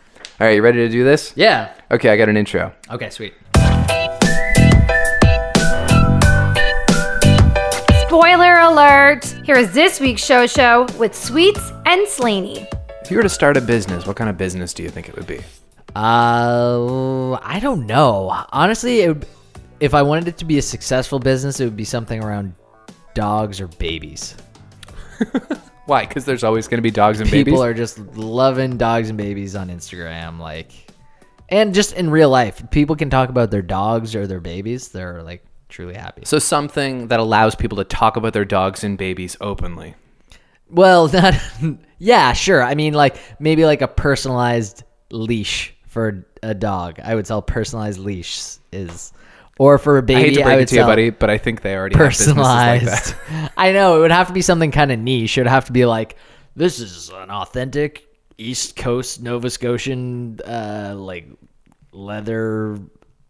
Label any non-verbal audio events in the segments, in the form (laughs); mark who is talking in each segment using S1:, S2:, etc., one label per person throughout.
S1: All right, you ready to do this?
S2: Yeah.
S1: Okay, I got an intro.
S2: Okay, sweet.
S3: Spoiler alert! Here is this week's show show with Sweets and Slaney.
S1: If you were to start a business, what kind of business do you think it would be?
S2: Uh, I don't know. Honestly, it would, if I wanted it to be a successful business, it would be something around dogs or babies.
S1: Why? Because there's always going to be dogs and
S2: People
S1: babies.
S2: are just loving dogs and babies on Instagram, like, and just in real life, people can talk about their dogs or their babies. They're like truly happy.
S1: so something that allows people to talk about their dogs and babies openly.
S2: Well, (laughs) not yeah, sure. I mean, like maybe like a personalized leash for a dog. I would sell personalized leash is, or for a baby.
S1: I hate to break
S2: would
S1: it to you,
S2: sell
S1: buddy, but I think they already have
S2: Personalized. (laughs)
S1: businesses like that.
S2: I know it would have to be something kind of niche. It would have to be like this is an authentic East Coast Nova Scotian uh, like leather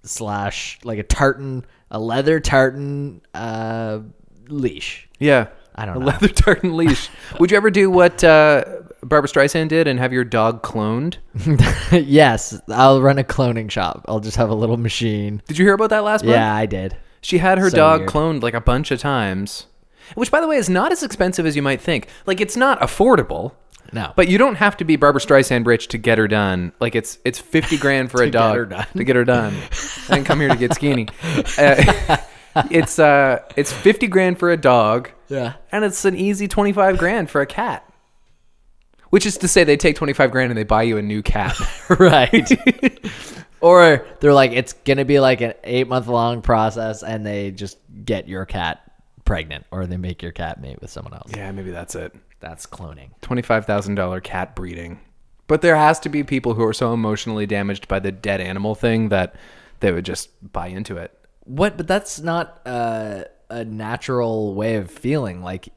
S2: slash like a tartan, a leather tartan uh, leash.
S1: (laughs)
S2: (laughs)
S1: Yeah.
S2: I don't
S1: a
S2: know.
S1: leather
S2: (laughs)
S1: tartan leash. Would you ever do what uh, Barbara Streisand did and have your dog cloned?
S2: yes, I'll run a cloning shop. I'll just have a little machine.
S1: Did you hear about that last month?
S2: Yeah, I did.
S1: She had her
S2: So
S1: dog
S2: weird.
S1: cloned like a bunch of times, which, by the way, is not as expensive as you might think. Like, it's not affordable.
S2: No.
S1: But you don't have to be Barbara Streisand rich to get her done. Like it's it's fifty grand (laughs) for a
S2: get
S1: dog
S2: her done.
S1: to get her (laughs) done. I didn't come here to get skinny. Uh, (laughs) it's uh it's fifty grand for a dog,
S2: Yeah.
S1: and it's an easy twenty five grand for a cat. Which is to say, they take twenty five grand and they buy you a new cat.
S2: (laughs) right. or they're like, it's gonna be like an eight month long process, and they just get your cat pregnant, or they make your cat mate with someone else.
S1: (laughs) yeah, maybe that's it.
S2: That's cloning.
S1: $25,000 cat breeding. But there has to be people who are so emotionally damaged by the dead animal thing that they would just buy into it.
S2: What? But that's not uh, a natural way of feeling. Like,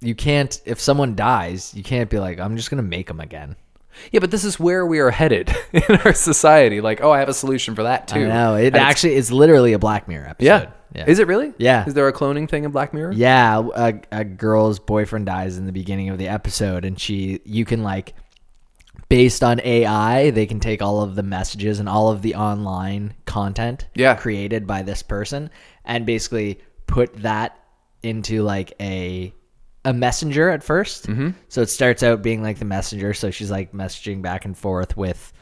S2: you can't. If someone dies, you can't be like, I'm just gonna make them again.
S1: Yeah, but this is where we are headed (laughs) in our society. Like, oh, I have a solution for that too.
S2: No, it
S1: And it's-
S2: actually it's literally a Black Mirror episode.
S1: Yeah. Is it really?
S2: Yeah.
S1: Is there a cloning thing in Black Mirror?
S2: Yeah, a, a girl's boyfriend dies in the beginning of the episode, and she, you can like, based on AI, they can take all of the messages and all of the online content
S1: Yeah.
S2: created by this person and basically put that into like a a messenger at 1st So it starts out being like the messenger. So she's like messaging back and forth with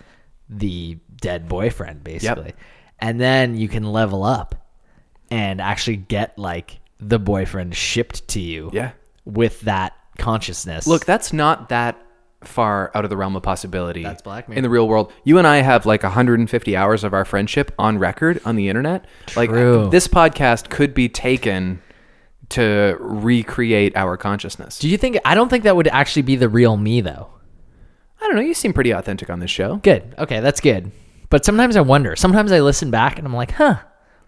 S2: the dead boyfriend, basically. And then you can level up and actually get like the boyfriend shipped to you.
S1: Yeah.
S2: With that consciousness.
S1: Look, that's not that far out of the realm of possibility.
S2: That's Black Mirror.
S1: In the real world, you and I have like 150 hours of our friendship on record on the internet.
S2: True.
S1: Like this podcast could be taken to recreate our consciousness.
S2: Do you think I don't think that would actually be the real me though?
S1: I don't know, you seem pretty authentic on this show.
S2: Good. Okay, that's good. But sometimes I wonder. Sometimes I listen back and I'm like, "Huh,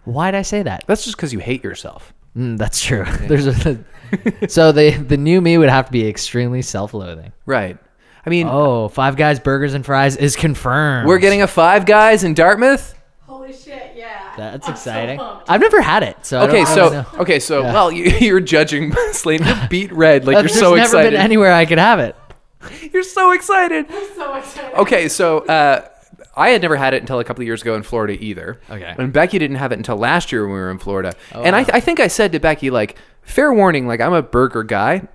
S2: why'd I say that?"
S1: That's just cuz you hate yourself.
S2: Mm, that's true. (laughs) There's a, so the the new me would have to be extremely self-loathing.
S1: Right. I mean,
S2: Oh, Five Guys Burgers and Fries is confirmed.
S1: we're getting a 5 guys in Dartmouth?
S4: Holy shit, yeah.
S2: that's
S4: I'm
S2: exciting.
S4: So pumped.
S2: I've never had it, so I
S1: Okay,
S2: don't- I don't
S1: so (laughs)
S2: know.
S1: okay, so well, you, you're judging Slane. You beat red like you're
S2: Uh, There's
S1: so
S2: never
S1: excited.
S2: been anywhere I could have it.
S1: you're so excited.
S4: I'm so excited.
S1: Okay, so uh, I had never had it until a couple of years ago in Florida either.
S2: Okay. Oh,
S1: And Becky didn't have it until last year when we were in Florida. and I, I think I said to Becky, like, fair warning, like, I'm a burger guy.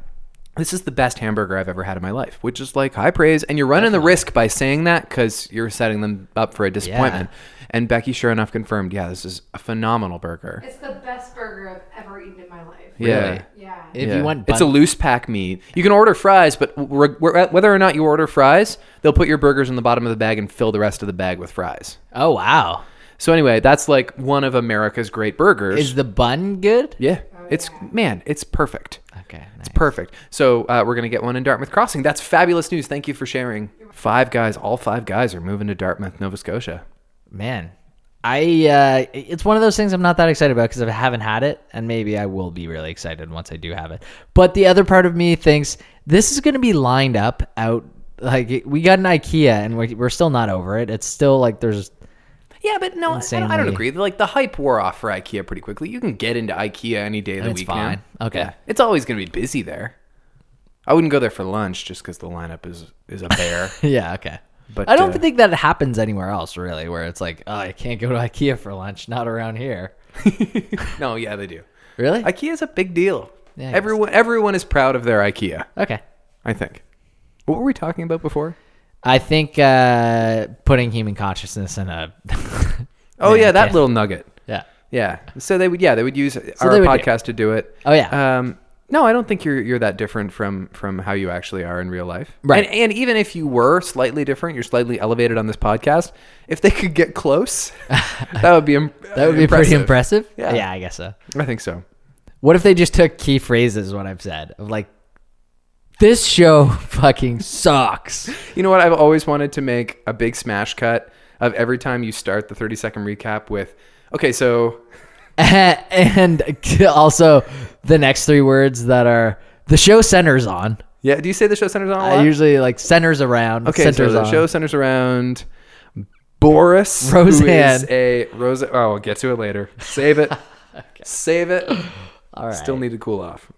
S1: This is the best hamburger I've ever had in my life, which is like high praise. And you're running the risk by saying that because you're setting them up for a disappointment. And Becky, sure enough, confirmed, yeah, this is a phenomenal burger.
S4: It's the best burger I've ever eaten in my life.
S1: Yeah.
S4: Yeah.
S2: If
S1: Yeah.
S2: you want
S1: it's a
S2: bun-
S1: loose pack meat. You can order fries, but re- re- uh, whether or not you order fries, they'll put your burgers in the bottom of the bag and fill the rest of the bag with fries.
S2: Oh wow.
S1: So anyway, that's like one of America's great burgers.
S2: Is the bun good?
S1: yeah, it's man, it's perfect.
S2: Okay.
S1: It's perfect. So uh, we're gonna get one in Dartmouth Crossing. That's fabulous news. Thank you for sharing. Five guys, all five guys are moving to Dartmouth, Nova Scotia.
S2: Man, I uh, it's one of those things I'm not that excited about because I haven't had it, and maybe I will be really excited once I do have it. But the other part of me thinks this is going to be lined up out. Like we got an IKEA, and we're, we're still not over it. It's still like there's
S1: Yeah, but no, I don't, I don't
S2: Insanely.
S1: agree. Like the hype wore off for IKEA pretty quickly. You can get into IKEA any day of the
S2: it's
S1: week.
S2: fine.
S1: now.
S2: Okay.
S1: Yeah. it's always gonna be busy
S2: (laughs)
S1: there. I wouldn't go there for lunch just because the lineup is is a bear.
S2: (laughs) yeah okay.
S1: But
S2: I don't
S1: uh,
S2: think that happens anywhere else, really, where it's like, oh, I can't go to (laughs) IKEA for lunch, not around here.
S1: No, yeah, they do.
S2: Really?
S1: IKEA is a big deal.
S2: Yeah, I guess.
S1: everyone, everyone is proud of their IKEA.
S2: okay.
S1: I think. What were we talking about before?
S2: I think uh, putting human consciousness in a. (laughs)
S1: Oh yeah, that
S2: okay.
S1: little nugget.
S2: Yeah.
S1: Yeah. So they would. Yeah, they would use our
S2: they would-
S1: podcast to do it.
S2: Oh, yeah.
S1: Um, no, I don't think you're you're that different from from how you actually are in real life.
S2: Right.
S1: And, and even if you were slightly different, you're slightly elevated on this podcast. If they could get
S2: (laughs)
S1: close, that would be im-
S2: That would be pretty impressive.
S1: Yeah.
S2: yeah, I guess so.
S1: I think so.
S2: What if they just took key phrases, what I've said, of like, this show (laughs) fucking sucks. (laughs)
S1: You know what? I've always wanted to make a big smash cut of every time you start the 30 second recap with, okay, so
S2: and also the next three words that are the show centers on.
S1: yeah. Do you say the show centers on? A lot?
S2: I usually like centers around.
S1: Okay,
S2: centers
S1: so the
S2: on.
S1: show centers around Boris, who is
S2: Roseanne.
S1: a Rosa. Oh, we'll get to it later. Save
S2: (laughs)
S1: it, save it.
S2: All right.
S1: Still need to cool off.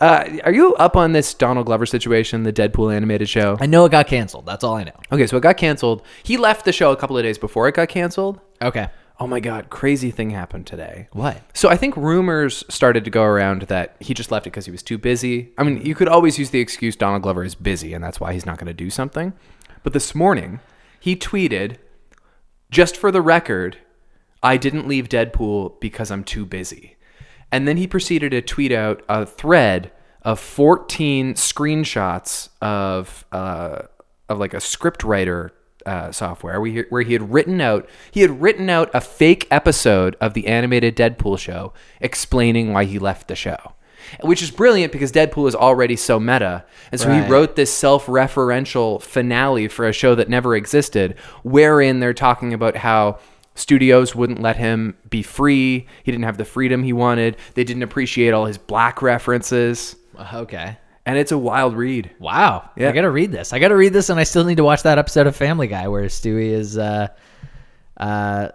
S1: Uh, are you up on this Donald Glover situation, the Deadpool animated show?
S2: I know it got canceled. That's all I know.
S1: Okay, so it got canceled. He left the show a couple of days before it got canceled.
S2: Okay.
S1: Oh my god, crazy thing happened today.
S2: What?
S1: So I think rumors started to go around that he just left it because he was too busy. I mean, you could always use the excuse Donald Glover is busy and that's why he's not going to do something. But this morning, he tweeted, "Just for the record, I didn't leave Deadpool because I'm too busy." And then he proceeded to tweet out a thread of 14 screenshots of uh, of like a script writer uh, software where he, where he had written out he had written out a fake episode of the animated Deadpool show explaining why he left the show. Which is brilliant because Deadpool is already so meta. And so
S2: Right.
S1: he wrote this self referential finale for a show that never existed, wherein they're talking about how studios wouldn't let him be free. He didn't have the freedom he wanted. They didn't appreciate all his black references.
S2: Uh, Okay.
S1: And it's a wild read.
S2: Wow.
S1: Yeah.
S2: I gotta read this. I gotta read this, and I still need to watch that episode of Family Guy where Stewie is uh, uh,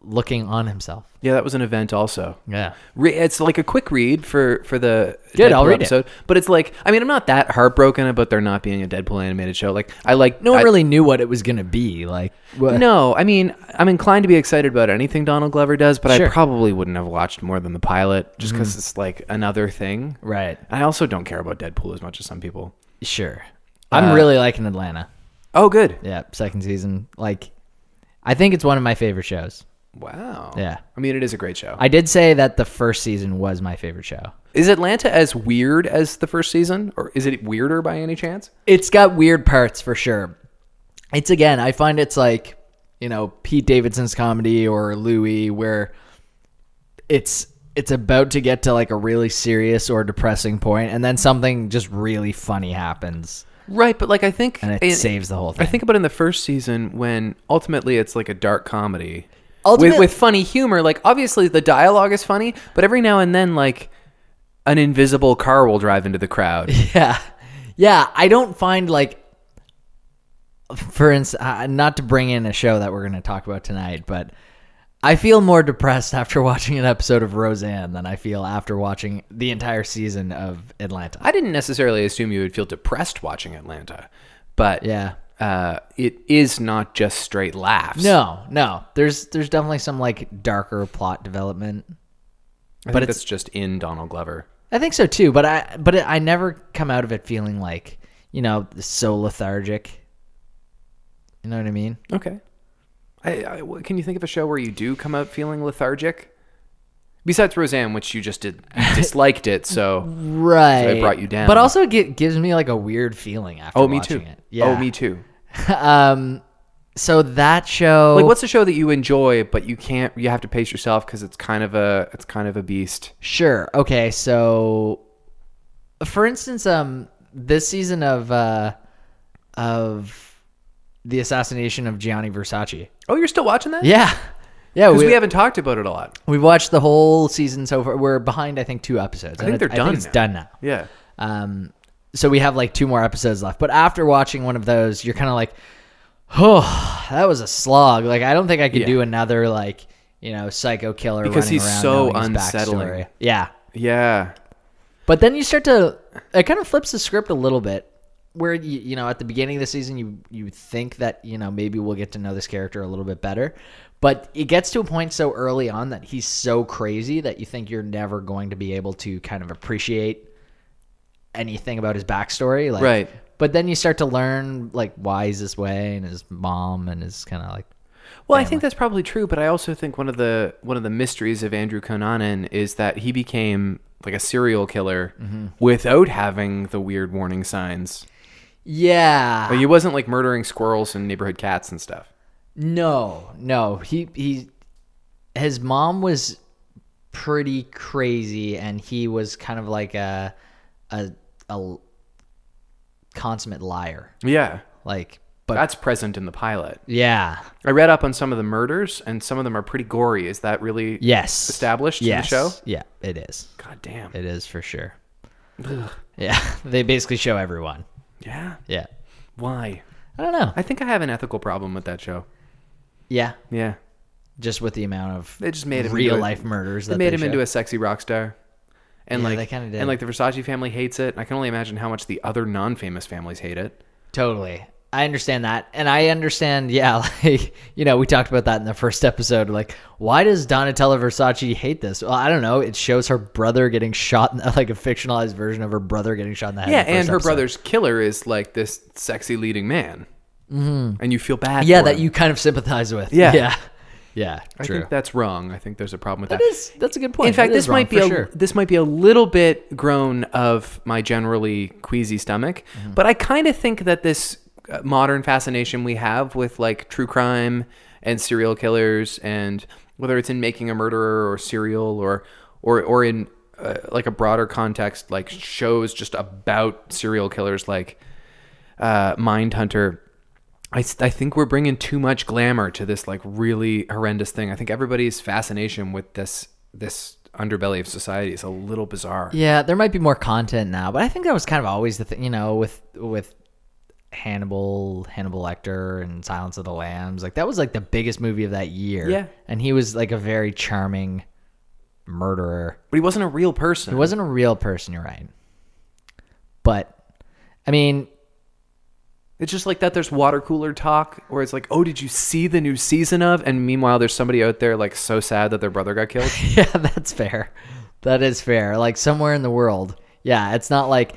S2: looking on himself.
S1: Yeah, that was an event also.
S2: Yeah.
S1: Re- it's like a quick read for for the
S2: Good,
S1: Deadpool
S2: I'll read it.
S1: episode, but it's like I mean I'm not that heartbroken about there not being a Deadpool animated show. Like I like
S2: No one
S1: I-
S2: really knew what it was gonna be. Like, what?
S1: No, I mean, I'm inclined to be excited about anything Donald Glover does, but
S2: Sure.
S1: I probably wouldn't have watched more than the pilot just because it's like another thing.
S2: Right.
S1: I also don't care about Deadpool as much as some people.
S2: Sure.
S1: Uh,
S2: I'm really liking Atlanta.
S1: Oh, good.
S2: Yeah. Second season. Like, I think it's one of my favorite shows.
S1: Wow.
S2: Yeah.
S1: I mean, it is a great show.
S2: I did say that the first season was my favorite show.
S1: is Atlanta as weird as the first season, or is it weirder by any chance?
S2: it's got weird parts for sure. It's again, I find it's like, you know, Pete Davidson's comedy or Louis where it's it's about to get to like a really serious or depressing point and then something just really funny happens
S1: Right, but like I think
S2: and it
S1: and-
S2: saves the whole
S1: I
S2: thing.
S1: think about in the first season when ultimately it's like a dark comedy
S2: Ultimate-
S1: with, with funny humor. Like obviously the dialogue is funny, but every now and then like an invisible car will drive into the
S2: (laughs)
S1: crowd.
S2: yeah. Yeah, I don't find like for instance, uh, not to bring in a show that we're going to talk about tonight, but I feel more depressed (laughs) after watching an episode of Roseanne than I feel after watching the entire season of Atlanta.
S1: I didn't necessarily assume you would feel depressed watching Atlanta, but
S2: Yeah.
S1: uh, it is not just straight laughs.
S2: No, no. There's there's definitely some like darker plot development.
S1: I
S2: but
S1: but
S2: it's-
S1: it's just in Donald Glover.
S2: I think so too, but I but it, I never come out of it feeling like, you know, so lethargic. You know what I mean?
S1: Okay. I, I, what- can you think of a show where you do come out feeling lethargic? Besides Roseanne, which you just
S2: (laughs)
S1: did, you disliked it, so
S2: Right.
S1: So it brought you down.
S2: But also it gi- gives me like a weird feeling after
S1: oh, me
S2: watching
S1: too.
S2: it. Yeah.
S1: Oh,
S2: (laughs)
S1: me too.
S2: um so that show
S1: Like, what's a show that you enjoy, but you can't? You have to pace yourself because it's kind of a it's kind of a beast.
S2: Sure. Okay, so for instance, um this season of uh of the assassination of Gianni Versace.
S1: Oh, you're still watching that?
S2: Yeah. Yeah,
S1: because
S2: we,
S1: we,
S2: we have
S1: haven't talked about it a lot.
S2: we've watched the whole season so far. We're behind, I think, two episodes. I
S1: think they're done
S2: it's
S1: now.
S2: done now.
S1: Yeah.
S2: Um, so we have like two more episodes left. But after watching one of those, you're kind of like, oh, that was a slog. Like I don't think I could
S1: Yeah.
S2: do another like you know psycho killer
S1: Because
S2: running
S1: he's
S2: around
S1: so
S2: knowing his
S1: unsettling.
S2: backstory." Yeah,
S1: Yeah.
S2: but then you start to it kind of flips the script a little bit where you, you know at the beginning of the season you you think that you know maybe we'll get to know this character a little bit better, but it gets to a point so early on that he's so crazy that you think you're never going to be able to kind of appreciate anything about his backstory. Like,
S1: Right.
S2: But then you start to learn like why he's this way and his mom and his kind of like
S1: Well, I think that's probably true, but I also think one of the one of the mysteries of Andrew Conanan is that he became like a serial killer without having the weird warning signs.
S2: yeah.
S1: Like, he wasn't like murdering squirrels and neighborhood cats and stuff.
S2: No, no. He he his mom was pretty crazy and he was kind of like a a a consummate liar.
S1: Yeah.
S2: Like but
S1: That's present in the pilot.
S2: yeah.
S1: I read up on some of the murders and some of them are pretty gory. Is that really
S2: Yes.
S1: established
S2: yes.
S1: in the show?
S2: Yeah, it is.
S1: God damn.
S2: It is for sure. Yeah. (laughs) They basically show everyone.
S1: Yeah.
S2: Yeah.
S1: Why?
S2: I don't know.
S1: I think I have an ethical problem with that show.
S2: Yeah.
S1: Yeah.
S2: Just with the amount of
S1: They just made him
S2: real
S1: into a-
S2: life murders
S1: They
S2: that
S1: made
S2: they
S1: him
S2: show.
S1: into a sexy rock star. And
S2: Yeah,
S1: like
S2: they kinda did.
S1: and like the Versace family hates it. and I can only imagine how much the other non-famous families hate it.
S2: Totally. I understand that. And I understand, (laughs) yeah, like, you know, we talked about that in the first episode. Like, why does Donatella Versace hate this? Well, I don't know. It shows her brother getting shot, in, (laughs) like a fictionalized version of her brother getting shot in the head. in
S1: Yeah,
S2: the first
S1: and her
S2: episode.
S1: brother's killer is like this sexy leading man. Mm-hmm. And you feel bad
S2: Yeah,
S1: for
S2: that
S1: him.
S2: you kind of sympathize with.
S1: Yeah.
S2: (laughs) Yeah. Yeah.
S1: I
S2: True.
S1: think that's wrong. I think there's a problem with
S2: that is, that's a good point.
S1: In fact,
S2: That is
S1: this might be
S2: wrong,
S1: a
S2: for sure.
S1: this might be a little bit grown of my generally queasy stomach,
S2: Mm-hmm.
S1: but I kind of think that this uh, modern fascination we have with like true crime and serial killers, and whether it's in making a murderer or serial or or or in uh, like a broader context, like shows just about serial killers, like uh, Mindhunter. I, s- I think we're bringing too much glamour to this like really horrendous thing. I think everybody's fascination with this this underbelly of society is a little bizarre.
S2: Yeah, there might be more content now, but I think that was kind of always the thing, you know, with with Hannibal, Hannibal Lecter, and Silence of the Lambs. Like that was like the biggest movie of that year.
S1: Yeah.
S2: and he was like a very charming murderer.
S1: But he wasn't a real person.
S2: He wasn't a real person, you're right. But I mean,
S1: It's just like that. There's water cooler talk where it's like, oh, did you see the new season of? And meanwhile, there's somebody out there like so sad that their brother got
S2: (laughs)
S1: killed.
S2: yeah, that's fair. That is fair. Like somewhere in the world. Yeah, it's not like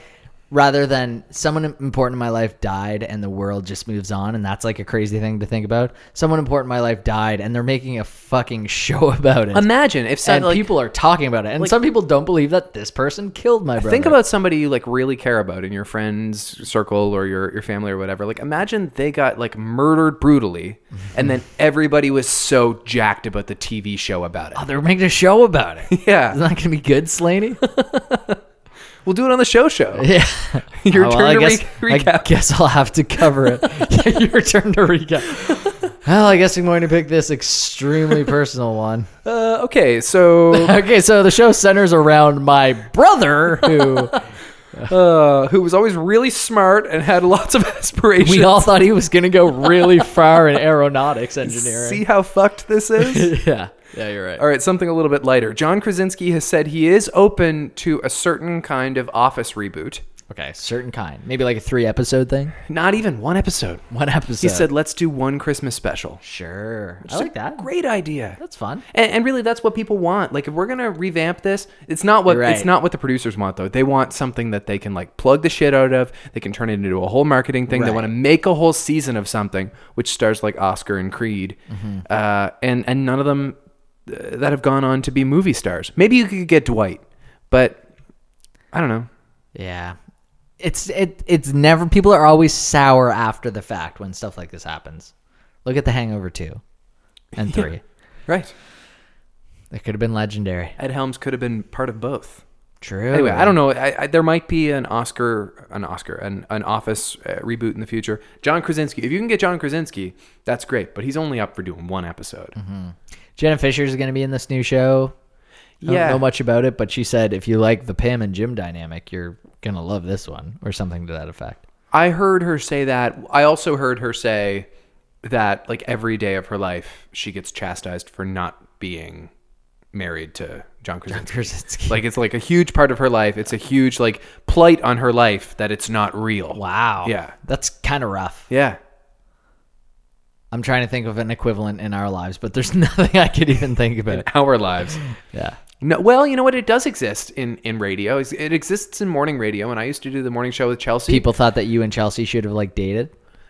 S2: rather than someone important in my life died and the world just moves on and that's like a crazy thing to think about. Someone important in my life died and they're making a fucking (laughs) show about it.
S1: Imagine if some
S2: and
S1: like,
S2: people are talking about it. And some people don't believe that this person killed my brother.
S1: Think about somebody you like really care about in your friends circle or your, your family or whatever. Like imagine they got like murdered
S2: (laughs)
S1: brutally and then everybody was so jacked about the TV show about it.
S2: oh, they're making a show about it.
S1: (laughs) Yeah.
S2: Isn't that gonna be
S1: (laughs)
S2: good, Slaney?
S1: We'll do it on the show show.
S2: (laughs) Yeah.
S1: (laughs) Your
S2: Oh,
S1: turn
S2: I
S1: to
S2: guess,
S1: re-
S2: I
S1: recap.
S2: (laughs) guess I'll have to
S1: (laughs)
S2: cover it. (laughs) Yeah, Your turn to recap. Well, I guess I'm going to pick this extremely personal one.
S1: Uh, okay, so
S2: Okay, so the show centers around my
S1: (laughs)
S2: brother, who
S1: uh, who was always really smart and had lots of (laughs) aspirations.
S2: we all thought he was going
S1: (laughs)
S2: to go really far in aeronautics engineering. (laughs)
S1: see how fucked this is.
S2: yeah, yeah, you're right.
S1: all right, something a little bit lighter. John Krasinski has said he is open to a certain kind of office reboot.
S2: Okay, certain kind, maybe like a three episode thing.
S1: Not even one episode.
S2: One episode.
S1: He said, "Let's do one Christmas special."
S2: "Sure, I like that.
S1: Great idea.
S2: That's fun."
S1: And, and really, that's what people want. Like, if we're gonna revamp this, it's not what
S2: You're right.
S1: it's not what the producers want though. They want something that they can like plug the shit out of. They can turn it into a whole marketing thing. They
S2: Right.
S1: want to make a whole season of something, which stars like Oscar and Creed,
S2: Mm-hmm.
S1: uh, and and none of them uh, that have gone on to be movie stars. Maybe you could get Dwight, but I don't know.
S2: Yeah. It's it it's never people are always sour after the fact when stuff like this happens. Look at the Hangover 2
S1: (laughs)
S2: and 3.
S1: Right?
S2: It could have been legendary.
S1: Ed Helms could have been part of both.
S2: True.
S1: Anyway, I don't know. I, I, there might be an Oscar, an Oscar, an, an Office uh, reboot in the future. John Krasinski. If you can get John Krasinski, that's great. But he's only up for doing one episode.
S2: Jenna Fisher is going to be in this new show. I
S1: Yeah.
S2: don't know much about it, but she said if you like the Pam and Jim dynamic, you're going to love this one or something to that effect. (laughs)
S1: I heard her say that. I also heard her say that, like every day of her life, she gets chastised for not being married to John Krasinski.
S2: Krasinski.
S1: Like it's like a huge part of her life. It's a huge like plight on her life that it's not real.
S2: wow.
S1: Yeah.
S2: That's kind of rough.
S1: Yeah.
S2: I'm trying to think of an equivalent in our lives, but there's (laughs) nothing I could even think about.
S1: Our lives.
S2: Yeah.
S1: No, well, you know what? It does exist in in radio. It's- It exists in morning radio, and I used to do the morning show with Chelsea.
S2: People thought that you and Chelsea should have like dated.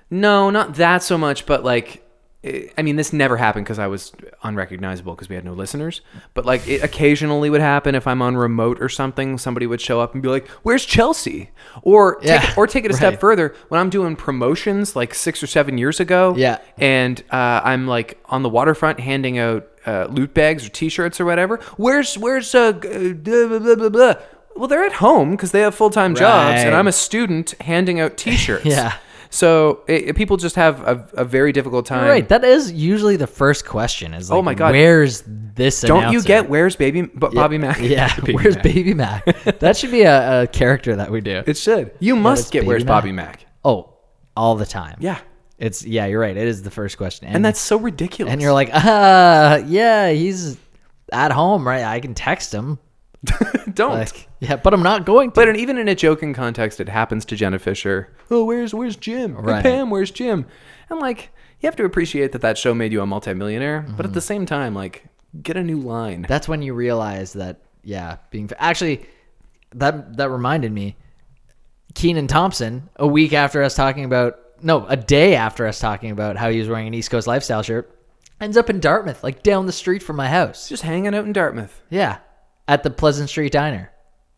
S1: No, not that so much, but like, eh, I mean, this never happened because I was unrecognizable because we had no listeners. But like, it occasionally would happen if I'm on remote or something. Somebody would show up and be like, "Where's Chelsea?" Or
S2: Yeah,
S1: take, or take it a
S2: right.
S1: step further when I'm doing promotions like six or seven years ago.
S2: Yeah.
S1: and uh, I'm like on the waterfront handing out uh, loot bags or T-shirts or whatever. Where's where's uh, g- uh, blah, blah, blah, blah. well they're at home because they have full time jobs and
S2: Right.
S1: I'm a student handing out T-shirts.
S2: (laughs) Yeah.
S1: So it, it- people just have a, a very difficult time.
S2: All right, that is usually the first question. Is like,
S1: Oh my God.
S2: where's this?
S1: Don't you
S2: announcer?
S1: get where's baby B- Bobby Mack? (laughs)
S2: (laughs) Yeah,
S1: Baby
S2: where's
S1: Mac.
S2: Baby Mac? that should be a, a character that we do.
S1: It should. You
S2: it's
S1: must get
S2: Baby
S1: where's
S2: Mac.
S1: Bobby Mac.
S2: oh, all the time.
S1: Yeah.
S2: it's yeah. You're right. It is the first question,
S1: And that's so ridiculous.
S2: and you're like, (laughs) uh, yeah, he's at home, right? I can text him.
S1: (laughs) don't.
S2: Like, yeah, but I'm not going to.
S1: but in, even in a joking context, it happens to Jenna Fisher. Oh, where's where's Jim? Or
S2: Right.
S1: Pam, where's Jim? And like, you have to appreciate that that show made you a multimillionaire. But
S2: Mm-hmm.
S1: at the same time, like, get a new line.
S2: that's when you realize that yeah being actually that that reminded me keenan thompson a week after us talking about no a day after us talking about how he was wearing an east coast lifestyle shirt ends up in dartmouth like down the street from my house
S1: just hanging out in Dartmouth.
S2: yeah at the pleasant street diner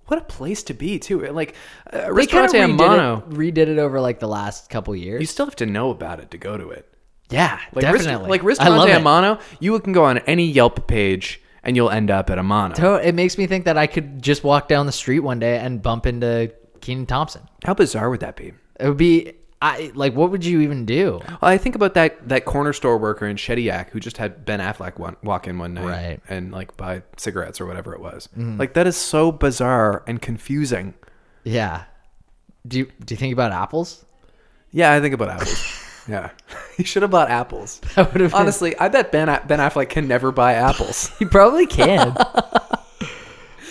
S1: What a place to be, too. Like, uh,
S2: they kind of
S1: Restaurante
S2: redid,
S1: Amano,
S2: it- redid it over like the last couple
S1: you
S2: years
S1: still have to know about it to go to it.
S2: yeah
S1: Like Rist-
S2: definitely
S1: like
S2: I love
S1: Ristorante
S2: it.
S1: Amano, you can go on any Yelp page and you'll end up at Amano.
S2: So Oh, it makes me think that i could just walk down the street one day and bump into keenan thompson
S1: How bizarre would that be?
S2: it would be I, like what would you even do
S1: Well, I think about that that corner store worker in Shediac who just had Ben Affleck one, walk in one night
S2: Right. Mm-hmm.
S1: and like buy cigarettes or whatever it was. Like that is so bizarre and confusing.
S2: Yeah. Do you, do you think about apples? (laughs)
S1: Yeah, I think about apples. yeah, (laughs) he should have bought
S2: (laughs)
S1: apples.
S2: That would have been-
S1: Honestly, I bet Ben Ben Affleck can never buy apples.
S2: He
S1: (laughs)
S2: probably can.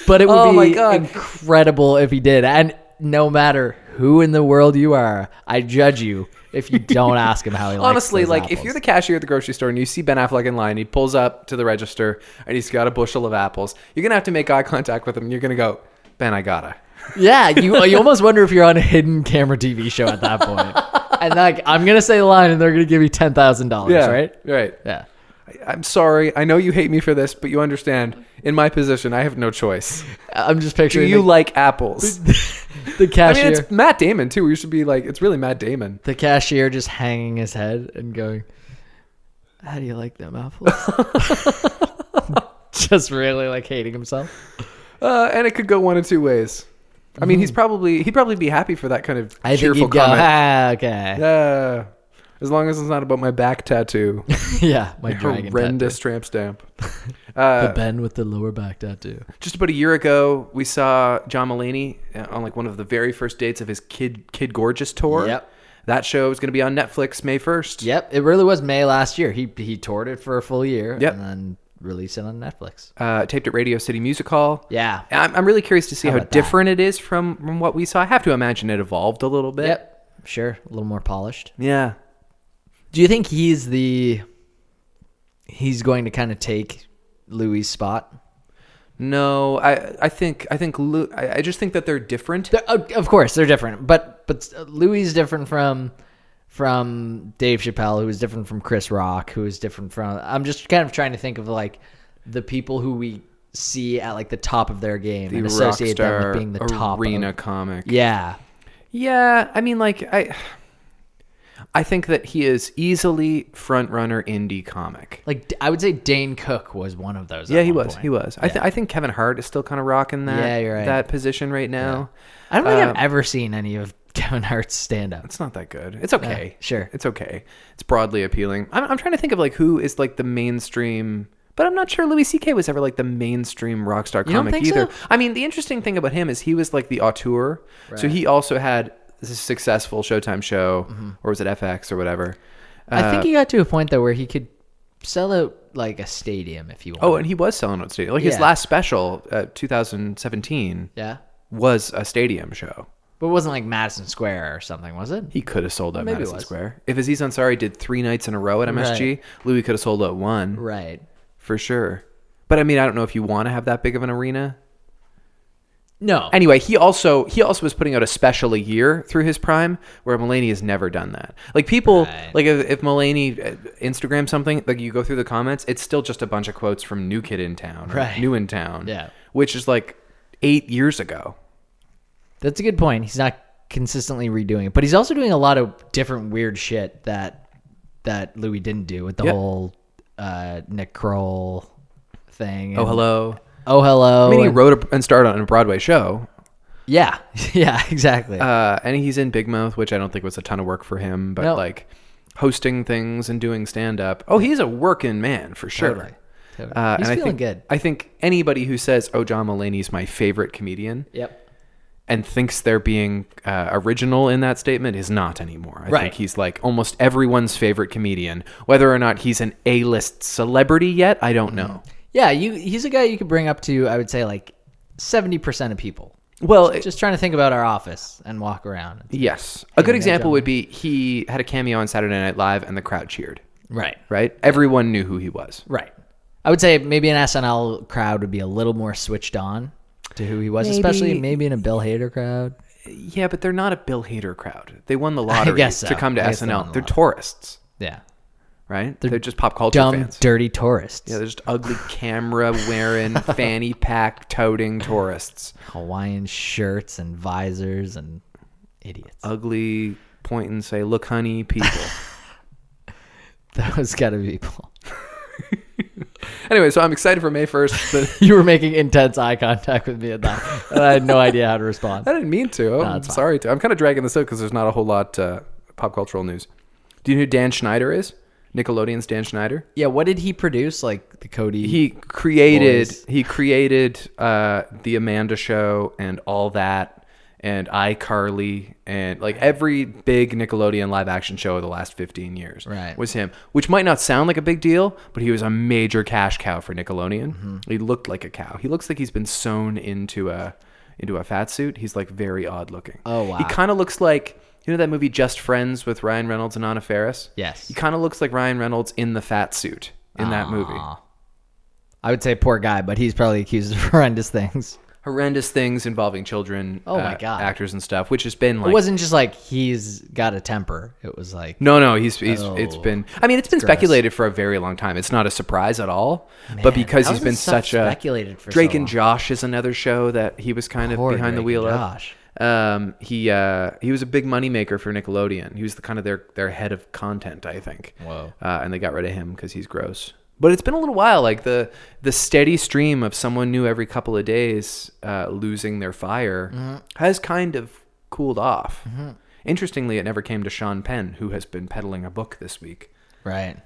S2: but it would
S1: Oh
S2: be
S1: my God.
S2: incredible if he did. And no matter who in the world you are, I judge you if you
S1: (laughs)
S2: don't ask him how he likes
S1: Honestly,
S2: those
S1: like if
S2: apples.
S1: you're the cashier at the grocery store and you see Ben Affleck in line, he pulls up to the register and he's got a bushel of apples. You're gonna have to make eye contact with him. And you're gonna go, Ben, I gotta.
S2: (laughs) Yeah, you you almost wonder if you're on a hidden camera TV show at that point. and like I'm going to say the line and they're going to give you $10,000, right?
S1: right.
S2: Yeah.
S1: I- I'm sorry. I know you hate me for this, but you understand. In my position, I have no
S2: (laughs)
S1: choice.
S2: I'm just
S1: Do
S2: picturing
S1: you
S2: the,
S1: like
S2: (laughs)
S1: apples?
S2: the
S1: I
S2: cashier
S1: mean, it's Matt Damon too. You should be like, it's really Matt Damon.
S2: the cashier just hanging his head and going, "How do you like them (laughs) apples?" just really like hating himself.
S1: Uh, and it could go one of two ways. I mean, he's probably he'd probably be happy for that kind of
S2: Mm-hmm. I think
S1: cheerful
S2: you'd go,
S1: comment.
S2: "Ah, okay,
S1: Yeah. as long as it's not about my back tattoo.
S2: (laughs) yeah, my dragon
S1: horrendous tramp stamp.
S2: (laughs) tattoo.
S1: Uh,
S2: The Ben with the lower back tattoo.
S1: just about a year ago, we saw John Mulaney uh, on like one of the very first dates of his Kid Kid Gorgeous tour.
S2: Yep.
S1: That show is going to be on Netflix May first.
S2: Yep, it really was May last year. He he toured it for a full year,
S1: Yep.
S2: and then released it on Netflix.
S1: Uh, taped at Radio City Music Hall.
S2: Yeah,
S1: I'm, I'm really curious to see how,
S2: about that?
S1: different it is from, from what we saw. I have to imagine it evolved a little bit.
S2: yep, sure, a little more polished.
S1: Yeah.
S2: Do you think he's the he's going to kind of take Louis' spot?
S1: No, I I think I think Lu- I, I just think that they're different.
S2: They're- of of course, they're different, but but Louis is different from from Dave Chappelle, who is different from Chris Rock, who is different from. I'm just kind of trying to think of like the people who we see at like the top of their game
S1: The
S2: and associate them
S1: rockstar
S2: with being the top.
S1: arena
S2: Of,
S1: comic.
S2: yeah,
S1: Yeah, I mean, like I, I think that he is easily front runner indie comic.
S2: like D- I would say Dane Cook was one of those. at
S1: Yeah, he
S2: one
S1: was.
S2: point.
S1: He was. I, th- I think Kevin Hart is still kind of rocking that.
S2: Yeah, you're right.
S1: That position right now.
S2: I don't think
S1: Um,
S2: I've ever seen any of (laughs) Kevin Hart's stand up.
S1: It's not that good. It's okay.
S2: sure.
S1: It's okay. It's broadly appealing. I'm, I'm trying to think of like who is like the mainstream. But I'm not sure Louis C.K. was ever like the mainstream rock star
S2: don't
S1: comic
S2: think
S1: either.
S2: so?
S1: I mean, the interesting thing about him is he was like the auteur. So he also had this successful Showtime
S2: Mm-hmm.
S1: show, or was it FX or whatever?
S2: I think
S1: Uh,
S2: he got to a point though where he could sell out like a stadium if you want.
S1: Oh, and he was selling out stadium. Like his
S2: Yeah.
S1: last special, uh, 2017,
S2: yeah,
S1: was a stadium show.
S2: but it wasn't like Madison Square or something, was it?
S1: He could have sold out
S2: Maybe it
S1: Madison
S2: was.
S1: Square. If Aziz Ansari did three nights in a row at MSG, Louis could have sold out one
S2: Right.
S1: for sure. But I mean, I don't know if you want to have that big of an arena.
S2: No.
S1: Anyway, he also he also was putting out a special a year through his prime, where Mulaney has never done that. Like people,
S2: Right.
S1: like if, if Mulaney uh, Instagram something, like you go through the comments, it's still just a bunch of quotes from New Kid in Town, or
S2: Right.
S1: New in Town,
S2: Yeah.
S1: which is like eight years ago.
S2: That's a good point. He's not consistently redoing it, but he's also doing a lot of different weird shit that that Louis didn't do with the
S1: Yeah.
S2: whole uh, Nick Kroll thing.
S1: Oh
S2: and-
S1: hello.
S2: Oh hello.
S1: I mean, he
S2: and-
S1: wrote a, and starred on a Broadway show,
S2: yeah, (laughs) yeah, exactly.
S1: uh, and he's in Big Mouth, which I don't think was a ton of work for him, but
S2: No.
S1: like hosting things and doing stand up. Oh, he's a working man for sure.
S2: Totally. Totally.
S1: Uh,
S2: he's
S1: and
S2: feeling
S1: I think,
S2: good.
S1: I think anybody who says, "Oh, John Mulaney's my favorite comedian,"
S2: Yep.
S1: and thinks they're being uh, original in that statement is not anymore. I
S2: Right.
S1: think he's like almost everyone's favorite comedian, whether or not he's an A-list celebrity yet. I don't know.
S2: Yeah, you. He's a guy you could bring up to. I would say like seventy percent of people.
S1: Well, it-
S2: Just trying to think about our office and walk around.
S1: yes, a good
S2: Yeah,
S1: example
S2: John.
S1: would be he had a cameo on Saturday Night Live, and the crowd cheered.
S2: Right.
S1: Right, everyone knew who he was.
S2: Right. I would say maybe an SNL crowd would be a little more switched on to who he was, especially maybe in a Bill Hader crowd.
S1: Yeah, but they're not a Bill Hader crowd. They (laughs) won the lottery
S2: guess so.
S1: to come to
S2: I guess they won
S1: SNL.
S2: the
S1: They're
S2: lottery.
S1: tourists,
S2: Yeah.
S1: right? They're, just pop culture
S2: Dumb,
S1: fans.
S2: dirty tourists.
S1: yeah, they're just (laughs) ugly camera (laughs) wearing, fanny pack toting tourists.
S2: Hawaiian shirts and visors and idiots. (laughs)
S1: Ugly point and say, look, honey, people.
S2: Those kind of people.
S1: (laughs)
S2: (laughs)
S1: anyway, so I'm excited for May 1st. But
S2: You were making intense eye contact with me at that. and I had no idea how
S1: (laughs)
S2: to respond.
S1: I didn't mean to. I'm
S2: it's fine.
S1: sorry to. I'm kind of dragging this out because there's not a whole lot uh, pop cultural news. Do you know who Dan Schneider is? Nickelodeon's Dan Schneider?
S2: Yeah, what did he produce? Like the Cody.
S1: he created
S2: Boys.
S1: he created uh, the Amanda Show and all that and iCarly and like every big Nickelodeon live action show of the last 15 years
S2: Right.
S1: was him which might not sound like a big deal but he was a major cash cow for Nickelodeon
S2: Mm-hmm.
S1: he looked like a cow he looks like he's been sewn into a into a fat suit he's like very odd looking
S2: Oh, wow.
S1: he kind of looks like you know that movie Just Friends with Ryan Reynolds and Anna Faris
S2: Yes.
S1: he kind of looks like Ryan Reynolds in the fat suit in that movie
S2: Ah. I would say poor guy, but he's probably accused of (laughs) horrendous things.
S1: horrendous things involving children, uh,
S2: Oh my God.
S1: actors and stuff, which has been like
S2: it wasn't just like he's got a temper. It was like
S1: no, no, he's he's it's
S2: Oh.
S1: been. I mean, it's been speculated for a very long time. It's not a surprise at all, but because
S2: how
S1: he's
S2: is
S1: been
S2: this stuff
S1: such a
S2: speculated for so
S1: Drake and
S2: long?
S1: Josh is another show that he was kind of
S2: Poor
S1: behind the
S2: Drake
S1: wheel
S2: and
S1: of.
S2: Josh.
S1: Um, he uh, he was a big moneymaker for Nickelodeon. He was the kind of their their head of content, I think.
S2: Whoa.
S1: Uh, and they got rid of him because he's gross. But it's been a little while. Like the the steady stream of someone new every couple of days uh, losing their fire has kind of cooled off. Interestingly, it never came to Sean Penn, who has been peddling a book this week.
S2: right.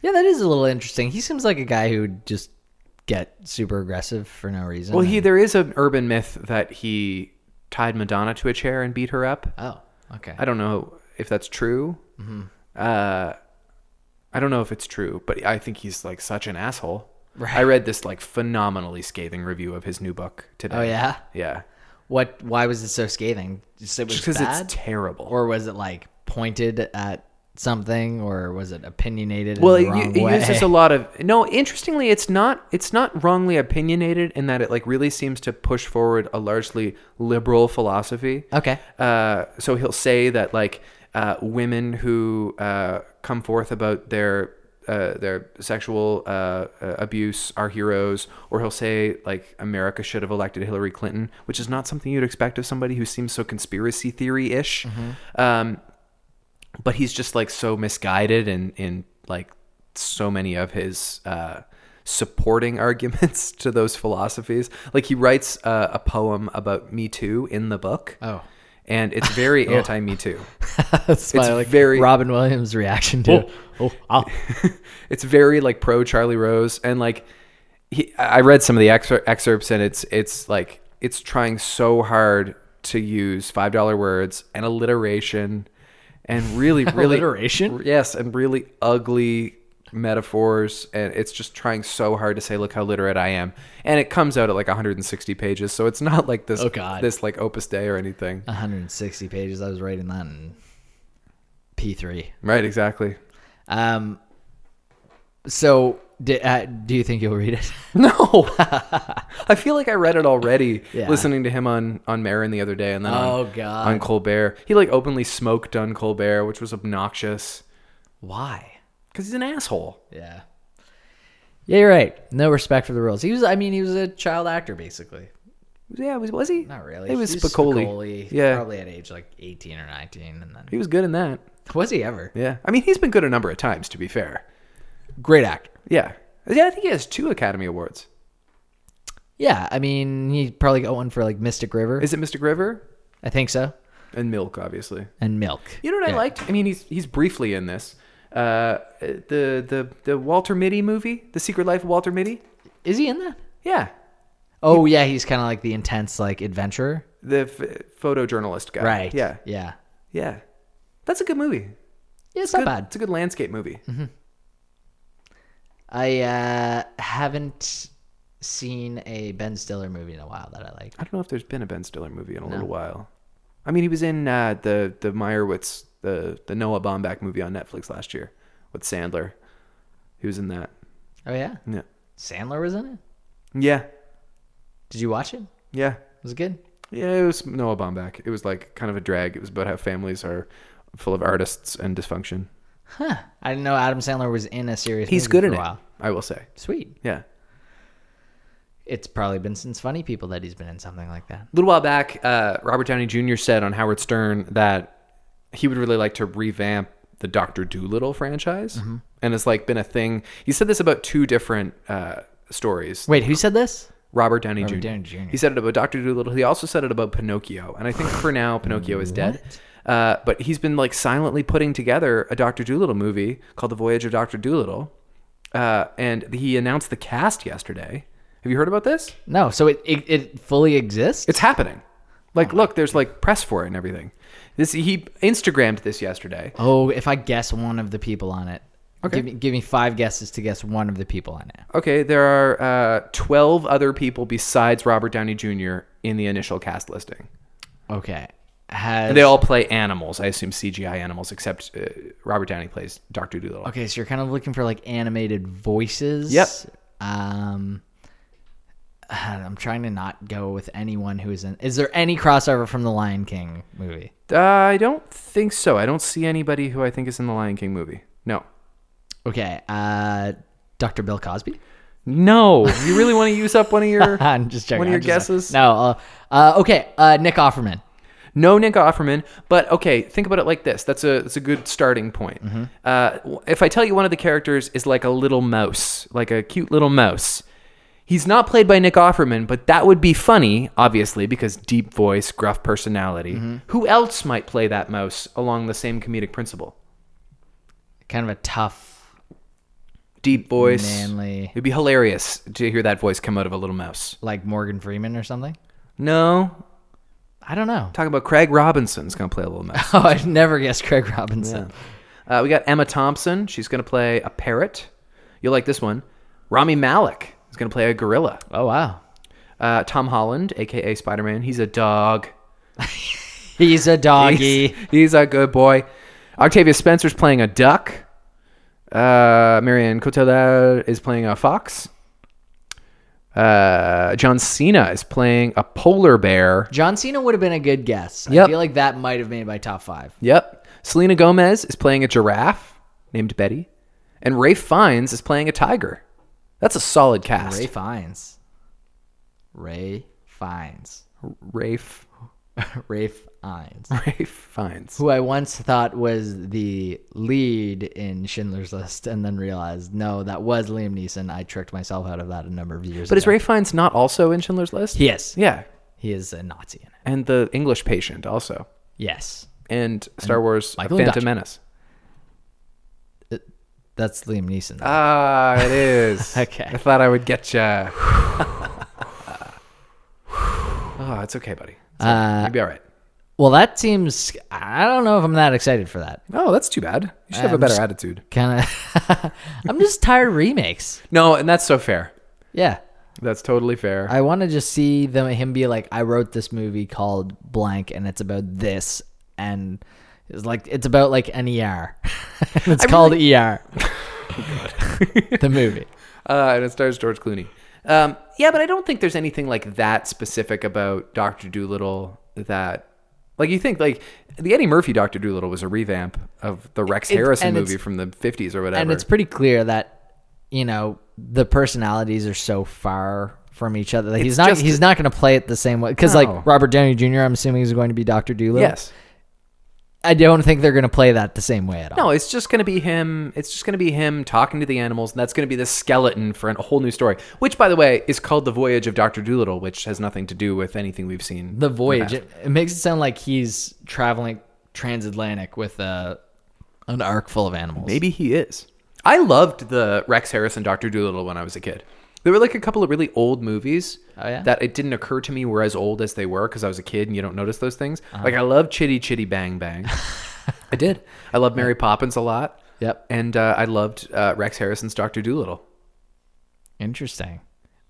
S2: Yeah, that is a little interesting. He seems like a guy who would just get super aggressive for no reason.
S1: Well, he there is an urban myth that he tied Madonna to a chair and beat her up.
S2: oh okay.
S1: I don't know if that's true.
S2: Mm-hmm.
S1: Uh, I don't know if it's true, but I think he's like such an asshole.
S2: Right.
S1: I read this like phenomenally scathing review of his new book today.
S2: Oh yeah.
S1: yeah,
S2: What? Why was it so scathing? Just it was
S1: because
S2: bad,
S1: it's terrible.
S2: or was it like pointed at something, or was it opinionated?
S1: well, it,
S2: in the wrong
S1: it
S2: way?
S1: uses a lot of no. Interestingly, it's not it's not wrongly opinionated in that it like really seems to push forward a largely liberal philosophy.
S2: (laughs) Okay.
S1: Uh, so he'll say that like uh, women who uh, come forth about their uh, their sexual uh, uh, abuse are heroes, or he'll say like America should have elected Hillary Clinton, which is not something you'd expect of somebody who seems so conspiracy theory ish. Um, but he's just like so misguided in in like so many of his uh supporting (laughs) arguments to those philosophies like he writes uh, a poem about me too in the book
S2: Oh.
S1: and it's very anti me too
S2: (laughs)
S1: (laughs)
S2: That's my, like,
S1: very-
S2: Robin Williams reaction to. it. Oh, oh,
S1: it's very like pro charlie rose and like he, i read some of the excer- excerpts and it's it's like it's trying so hard to use five dollar words and
S2: (laughs)
S1: alliteration and really really
S2: Alliteration?
S1: yes and really ugly metaphors, and it's just trying so hard to say, "Look how literate I am." And it comes out at like 160 pages, so it's not like this.
S2: Oh, God.
S1: This like Opus Dei or anything.
S2: 160 pages. I was writing that in P3.
S1: Right? Exactly.
S2: Um, so di- uh, do you think you'll read it? (laughs)
S1: (laughs) No, I feel like I read it already.
S2: Yeah.
S1: Listening to him on on Marin the other day, and then
S2: Oh,
S1: on,
S2: God.
S1: on Colbert, he like openly smoked on Colbert, which was obnoxious
S2: Why?
S1: because he's an asshole.
S2: Yeah. Yeah, you're right. No respect for the rules. He was, I mean, he was a child actor, basically.
S1: Yeah, was was he?
S2: Not really.
S1: It was
S2: He
S1: Spicoli. Yeah,
S2: Yeah. Probably at age like 18 or 19. And then,
S1: he was good in that.
S2: was he ever?
S1: Yeah, I mean he's been good a number of times. To be fair,
S2: Great actor.
S1: yeah, yeah, I think he has two Academy Awards.
S2: Yeah. I mean, he probably got one for like Mystic River.
S1: Is it Mr. Griver
S2: I think so.
S1: and Milk? Obviously,
S2: And Milk.
S1: you know what I
S2: Yeah.
S1: liked. I mean, he's he's briefly in this. Uh, the the the Walter Mitty movie, The Secret Life of Walter Mitty.
S2: Is he in that?
S1: Yeah,
S2: Oh, yeah. He's kind of like the intense, like, adventurer.
S1: the f- photojournalist guy.
S2: Right.
S1: Yeah.
S2: Yeah.
S1: Yeah. That's a good movie.
S2: Yeah, it's
S1: Good-
S2: not bad.
S1: It's a good landscape movie.
S2: I uh, haven't seen a Ben Stiller movie in a while that I like.
S1: I don't know if there's been a Ben Stiller movie in a little while. I mean, he was in uh, the the Meyerowitz the the Noah Baumbach movie on Netflix last year with Sandler. He was in that.
S2: Oh yeah,
S1: Yeah.
S2: Sandler was in it.
S1: Yeah.
S2: Did you watch it?
S1: Yeah.
S2: Was it good?
S1: Yeah, it was Noah Baumbach. It was like kind of a drag. It was about how families are full of artists and dysfunction.
S2: Huh. I didn't know Adam Sandler was in a serious.
S1: He's
S2: movie
S1: good
S2: for
S1: in
S2: a
S1: it.
S2: while.
S1: I will say.
S2: Sweet.
S1: Yeah.
S2: It's probably been since Funny People that he's been in something like that.
S1: A little while back, uh, Robert Downey Jr. said on Howard Stern that he would really like to revamp the Doctor Doolittle franchise,
S2: Mm-hmm.
S1: and it's like been a thing. He said this about two different uh, stories.
S2: Wait, who said this?
S1: Robert Downey Jr.
S2: Robert Downey Jr..
S1: He said it about Doctor Doolittle. He also said it about Pinocchio, and I think for now Pinocchio is dead. Uh, but he's been like silently putting together a Doctor Doolittle movie called The Voyage of Doctor Doolittle, uh, and he announced the cast yesterday. Have you heard about this?
S2: No. So it it, it fully exists.
S1: It's happening. Like, look, there's like press for it and everything. This he Instagrammed this yesterday.
S2: oh, if I guess one of the people on it.
S1: Okay.
S2: Give me, give me five guesses to guess one of the people on it.
S1: Okay, there are uh, 12 other people besides Robert Downey Jr. in the initial cast listing.
S2: Okay. Has
S1: And they all play animals. I assume CGI animals, except uh, Robert Downey plays Doctor Doolittle.
S2: Okay, so you're kind of looking for like animated voices.
S1: Yep.
S2: Um (sighs) I'm trying to not go with anyone who is in Is there any crossover from the Lion King movie?
S1: Uh, I don't think so. I don't see anybody who I think is in the Lion King movie. No.
S2: Okay, uh Dr. Bill Cosby? (laughs)
S1: No. You really want to use up one of your.
S2: I'm just checking.
S1: One of your
S2: I'm just-
S1: guesses?
S2: No. Uh, uh, okay, uh Nick Offerman.
S1: No Nick Offerman, but okay, think about it like this. That's a that's a good starting point. Uh, w- if I tell you one of the characters is like a little mouse, like a cute little mouse, he's not played by Nick Offerman, but that would be funny, obviously, because deep voice, gruff personality. Who else might play that mouse along the same comedic principle?
S2: Kind of a tough
S1: Deep voice,
S2: Manly.
S1: It'd be hilarious to hear that voice come out of a little mouse.
S2: like Morgan Freeman or something.
S1: No,
S2: I don't know. (laughs)
S1: talking about Craig Robinson's gonna play a little mouse.
S2: Oh, I've never guessed Craig Robinson.
S1: Uh, we got Emma Thompson. She's going to play a parrot. You'll like this one. Rami Malik is going to play a gorilla.
S2: Oh wow.
S1: Uh, Tom Holland, aka Spider Man, he's a dog.
S2: He's a
S1: (laughs)
S2: doggy.
S1: He's, he's a good boy. Octavia Spencer's playing a duck. Uh, Marianne Cotillard is playing a fox. Uh, John Cena is playing a polar bear.
S2: John Cena would have been a good guess.
S1: Yep.
S2: I feel like that might have made my top five.
S1: Yep. Selena Gomez is playing a giraffe named Betty. And Rafe Fiennes is playing a tiger. That's a solid cast.
S2: Ray Fiennes. Ray Fiennes.
S1: (laughs) Rafe
S2: Ray Fiennes. (laughs)
S1: Rafe finds.
S2: Who I once thought was the lead in Schindler's List and then realized, no, that was Liam Neeson. I tricked myself out of that a number of years
S1: But is
S2: ago.
S1: Rafe Fiennes not also in Schindler's List?
S2: He is.
S1: Yeah.
S2: He is a Nazi in it.
S1: And the English Patient also.
S2: Yes.
S1: And Star Wars
S2: Michael and
S1: Phantom
S2: Dutch.
S1: Menace.
S2: That's Liam Neeson.
S1: Ah, it (laughs) is.
S2: Okay.
S1: I thought I would get ya. (sighs) oh, it's okay, buddy. It's all right.
S2: Uh,
S1: You'll be all right.
S2: Well, that seems. I don't know if I'm that excited for that.
S1: Oh, that's too bad. You should have a
S2: I'm
S1: better
S2: just-
S1: attitude.
S2: Kind of. (laughs) I'm just tired of remakes.
S1: No, and that's so fair.
S2: Yeah,
S1: That's totally fair.
S2: I want to just see them him be like, I wrote this movie called blank, and it's about this, and it's like it's about like an ER. (laughs) it's called
S1: (laughs)
S2: ER.
S1: Oh,
S2: the movie.
S1: uh, and it stars George Clooney. Um, yeah, but I don't think there's anything like that specific about Doctor Doolittle that, like, you think like the Eddie Murphy Doctor Doolittle was a revamp of the Rex
S2: It's-
S1: Harrison
S2: and
S1: movie
S2: it's-
S1: from the '50s or whatever.
S2: And it's pretty clear that you know the personalities are so far from each other that he's
S1: It's
S2: not
S1: just-
S2: he's not going to play it the same way because
S1: No.
S2: like Robert Downey Jr. I'm assuming is going to be Doctor Doolittle.
S1: yes.
S2: I don't think they're going to play that the same way at all.
S1: No, it's just going to be him. It's just going to be him talking to the animals, and that's going to be the skeleton for a whole new story. Which, by the way, is called the Voyage of Doctor Doolittle, which has nothing to do with anything we've seen.
S2: the voyage. It, it makes it sound like he's traveling transatlantic with a an ark full of animals.
S1: Maybe he is. I loved the Rex Harrison Doctor Doolittle when I was a kid. There were like a couple of really old movies
S2: Oh, yeah?
S1: that it didn't occur to me were as old as they were because I was a kid and you don't notice those things.
S2: Uh-huh.
S1: Like I love Chitty Chitty Bang
S2: (laughs)
S1: Bang. I did. I loved Mary Poppins a lot.
S2: Yep.
S1: And uh, I loved uh, Rex Harrison's Doctor Doolittle.
S2: Interesting.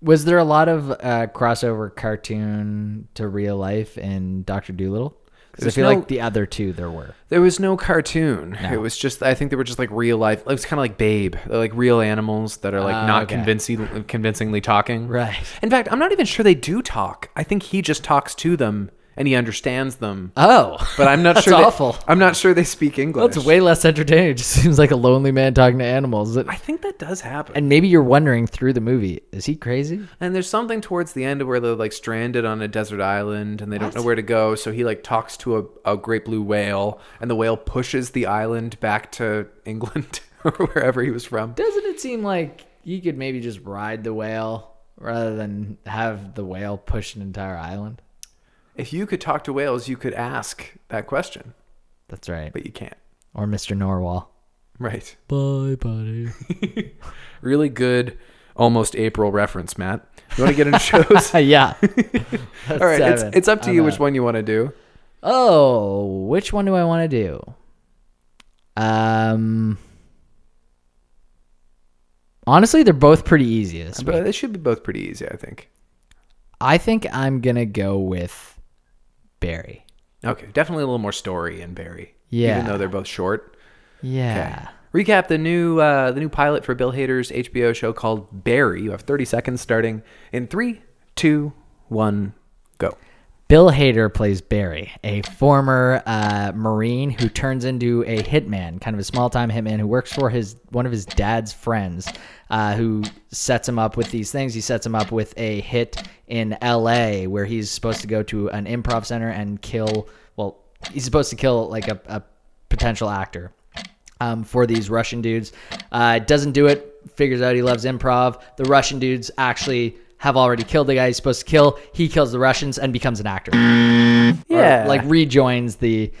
S2: Was there a lot of uh, crossover cartoon to real life in Doctor Doolittle? Because I
S1: There's
S2: feel
S1: no-
S2: like the other two there were.
S1: There was no cartoon. It was just I think they were just like real life. It was kind of like Babe, They're like real animals that are like
S2: Oh,
S1: not
S2: okay.
S1: convincing, convincingly talking.
S2: Right.
S1: In fact, I'm not even sure they do talk. I think he just talks to them and he understands them.
S2: Oh,
S1: But I'm not
S2: (laughs) that's
S1: sure. they-
S2: awful.
S1: I'm not sure they speak English.
S2: That's way less entertaining. (laughs) It just seems like a lonely man talking to animals.
S1: I think that does happen. And,
S2: And maybe you're wondering through the movie, is he crazy?
S1: there's something towards the end where they're like stranded on a desert island and they don't know where to go. So he like talks to a, a great blue whale, and the whale pushes the island back to England (laughs) or wherever he was from.
S2: Doesn't it seem like you could maybe just ride the whale rather than have the whale push an entire island?
S1: If you could talk to whales, you could ask that question,
S2: That's right.
S1: but you can't.
S2: Or Mr. Norwal.
S1: Right.
S2: Bye, (laughs) buddy.
S1: Really good, almost April reference, Matt. You want to
S2: (laughs)
S1: get into shows?
S2: Uh, yeah.
S1: All right, it's,
S2: seven.
S1: it's up to
S2: I'm
S1: you
S2: out.
S1: which one you want to do.
S2: Oh, which one do I want to do? Um. Honestly, they're both pretty easy. this week.
S1: But they should be both pretty easy, I think.
S2: I think I'm gonna go with Barry.
S1: Okay, definitely a little more story in Barry.
S2: Yeah.
S1: Even though they're both short.
S2: Yeah.
S1: Recap the new uh, the new pilot for Bill Hader's HBO show called Barry. You have 30 seconds starting in three, two, one, go.
S2: Bill Hader plays Barry, a former uh, Marine who turns into a hitman, kind of a small-time hitman who works for his one of his dad's friends, uh, who sets him up with these things. He sets him up with a hit in L.A. where he's supposed to go to an improv center and kill. Well, he's supposed to kill like a, a potential actor um, for these Russian dudes. Uh, doesn't do it. Figures out he loves improv. The Russian dudes actually have already killed the guy he's supposed to kill. He kills the Russians and becomes an actor. Or, like rejoins the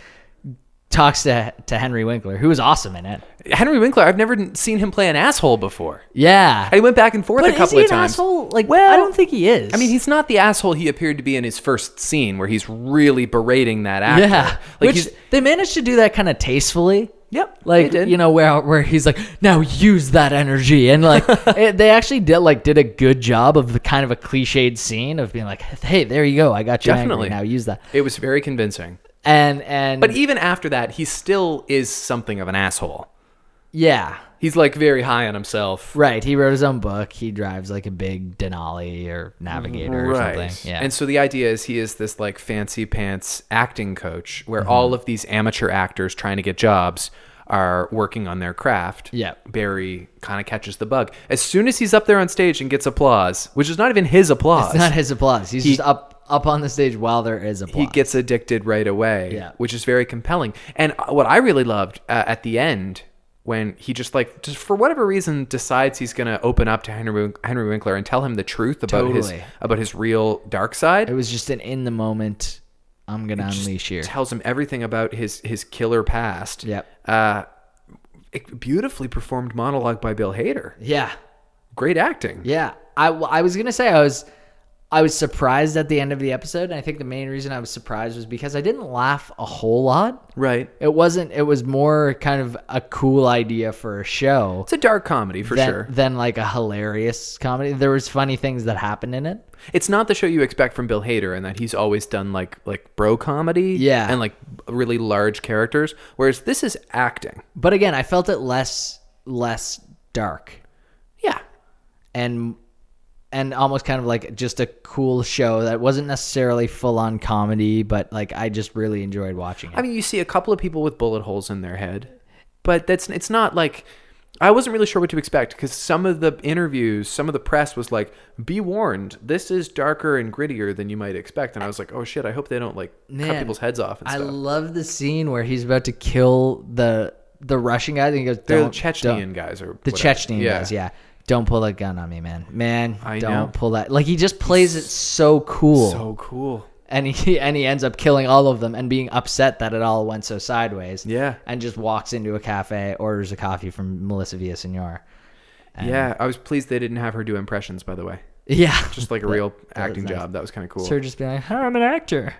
S2: talks to to Henry Winkler, who was awesome in it.
S1: Henry Winkler, I've never seen him play an asshole before.
S2: Yeah.
S1: And he went back and forth
S2: but
S1: a couple
S2: is he
S1: of
S2: an
S1: times.
S2: asshole? Like,
S1: Well,
S2: I don't think he is.
S1: I mean, he's not the asshole he appeared to be in his first scene, where he's really berating that actor.
S2: yeah.
S1: like
S2: Which
S1: he's
S2: they managed to do that kind of tastefully.
S1: yep,
S2: like you know where where he's like now use that energy
S1: (laughs)
S2: and like it, they actually did like did a good job of the kind of a cliched scene of being like hey there you go i got you
S1: Definitely.
S2: angry. now use that
S1: it was very convincing.
S2: and and
S1: But even after that, he still is something of an asshole.
S2: yeah
S1: He's like very high on himself,
S2: right he wrote his own book he drives like a big denali or navigator or something yeah
S1: And so the idea is he is this like fancy pants acting coach, where
S2: Mm-hmm.
S1: all of these amateur actors trying to get jobs are working on their craft.
S2: Yeah.
S1: Barry kind of catches the bug as soon as he's up there on stage and gets applause, which is not even his applause.
S2: it's not his applause he's just up up on the stage while there is applause
S1: he gets addicted right away,
S2: Yeah.
S1: which is very compelling. And what I really loved uh, at the end when he just like just for whatever reason decides he's going to open up to Henry Wink- Henry Winkler and tell him the truth about his
S2: Totally.
S1: about his real dark side.
S2: it was just an in the moment i'm gonna unleash here
S1: tells him everything about his his killer past.
S2: Yep.
S1: Uh, it- beautifully performed monologue by Bill Hader.
S2: yeah
S1: Great acting.
S2: Yeah, I, I was gonna say I was I was surprised at the end of the episode, and I think the main reason I was surprised was because I didn't laugh a whole lot.
S1: Right.
S2: It wasn't. It was more kind of a cool idea for a show
S1: It's a dark comedy for
S2: than,
S1: sure.
S2: than like a hilarious comedy. There was funny things that happened in it.
S1: It's not the show you expect from Bill Hader, and that he's always done like like bro comedy,
S2: Yeah.
S1: and like really large characters. Whereas this is acting.
S2: But again, I felt it less less dark
S1: Yeah,
S2: and and almost kind of like just a cool show that wasn't necessarily full on comedy, but like I just really enjoyed watching it.
S1: I mean, you see a couple of people with bullet holes in their head, but that's it's not like I wasn't really sure what to expect because some of the interviews, some of the press was like, "Be warned, this is darker and grittier than you might expect," and I was like, "Oh shit, I hope they don't like cut
S2: Man,
S1: people's heads off." And
S2: I
S1: stuff.
S2: love the scene where he's about to kill the the Russian guy. And he goes,
S1: They're the
S2: "Don't-
S1: Chechnyan
S2: don't-
S1: guys, or
S2: The
S1: whatever.
S2: Chechnyan guys, yeah. Don't pull that gun on me, man. Man,
S1: I
S2: don't
S1: know.
S2: pull that. Like he just plays it so cool,
S1: so cool.
S2: and he (laughs) and he ends up killing all of them and being upset that it all went so sideways.
S1: Yeah.
S2: and just walks into a cafe, orders a coffee from Melissa Villaseñor. (laughs) Um,
S1: yeah, I was pleased they didn't have her do impressions. By the way,
S2: Yeah,
S1: just like a real
S2: was
S1: acting
S2: nice.
S1: job. That was kind of cool.
S2: her just being like, "Huh, I'm
S1: (laughs)
S2: an actor.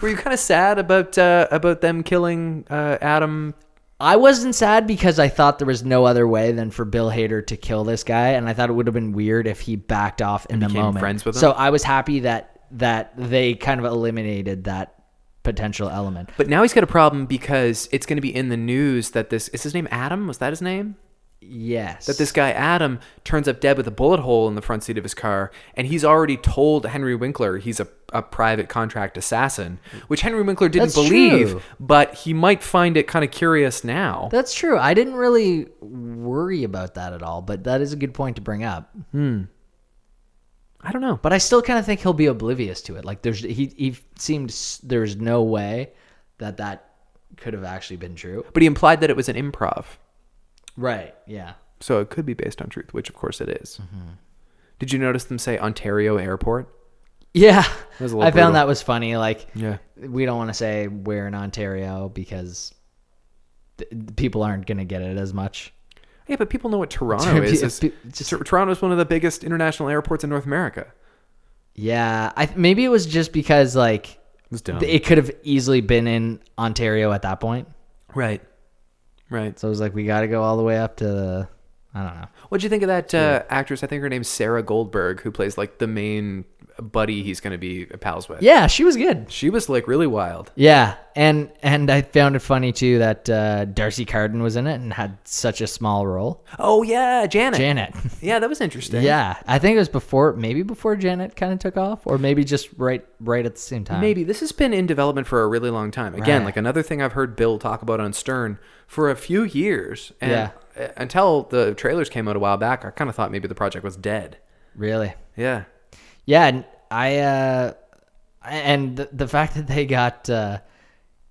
S1: Were you kind of sad about uh, about them killing uh, Adam?
S2: I wasn't sad because I thought there was no other way than for Bill Hader to kill this guy, and I thought it would have been weird if he backed off in the
S1: became
S2: moment.
S1: friends with him?
S2: So I was happy that that they kind of eliminated that potential element.
S1: But now he's got a problem because it's going to be in the news that this is his name. Adam was that his name?
S2: Yes,
S1: That this guy Adam turns up dead with a bullet hole in the front seat of his car, and he's already told Henry Winkler he's a, a private contract assassin, which Henry Winkler didn't
S2: That's
S1: believe,
S2: true.
S1: but he might find it kind of curious now.
S2: that's true. I didn't really worry about that at all, but that is a good point to bring up.
S1: I don't know.
S2: But I still kind of think he'll be oblivious to it. Like there's he he seemed s- there's no way that that could have actually been true.
S1: But he implied that it was an improv.
S2: Right. Yeah.
S1: So it could be based on truth, which of course it is. Did you notice them say Ontario Airport?
S2: Yeah,
S1: was a
S2: I
S1: little brutal.
S2: found that was funny. Like,
S1: Yeah.
S2: we don't want to say we're in Ontario because th- people aren't gonna get it as much.
S1: Yeah, but people know what Toronto (laughs)
S2: (laughs)
S1: is.
S2: Pe-
S1: It's-
S2: pe- just-
S1: Tor- Toronto is one of the biggest international airports in North America.
S2: Yeah, I th- maybe it was just because like
S1: was dumb.
S2: it could have easily been in Ontario at that point.
S1: right. Right.
S2: So it was like we got to go all the way up to the, I don't know.
S1: What'd you think of that uh, actress? I think her name's Sarah Goldberg, who plays like the main buddy he's going to be pals with.
S2: Yeah, she was good.
S1: She was like really wild.
S2: Yeah, and and I found it funny too that uh, Darcy Carden was in it and had such a
S1: (laughs)
S2: small role.
S1: Oh, yeah. Janet.
S2: Janet.
S1: Yeah, that was interesting.
S2: Yeah, I think it was before, maybe before Janet kind of took off, or maybe just right, right at the same time.
S1: Maybe this has been in development for a really long time. Again,
S2: Right.
S1: like another thing I've heard Bill talk about on Stern for a few years, and
S2: Yeah.
S1: uh, until the trailers came out a while back, I kind of thought maybe the project was dead.
S2: really.
S1: Yeah,
S2: Yeah, and I, uh, and the, the fact that they got, uh,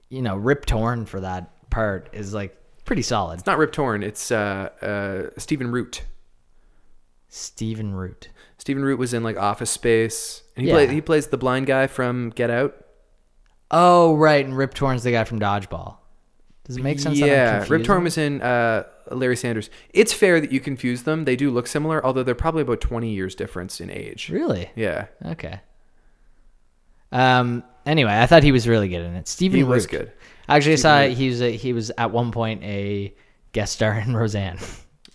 S2: you know, Rip Torn for that part is like pretty solid.
S1: it's not Rip Torn. It's uh, uh, Stephen Root.
S2: Steven Root.
S1: Stephen Root was in like Office Space, and he
S2: Yeah.
S1: play, he plays the blind guy from Get Out.
S2: Oh right, and Rip Torn's the guy from Dodgeball. Does it make sense? that
S1: yeah,
S2: I'm
S1: Rip Torn
S2: confusing?
S1: was in uh, Larry Sanders. It's fair that you confuse them. They do look similar, although they're probably about twenty years difference in age.
S2: really
S1: Yeah,
S2: okay. Um. Anyway, I thought he was really good in it. Steven
S1: he
S2: Root
S1: was good.
S2: Actually, I saw he was a, he was at one point a guest star (laughs) in Roseanne.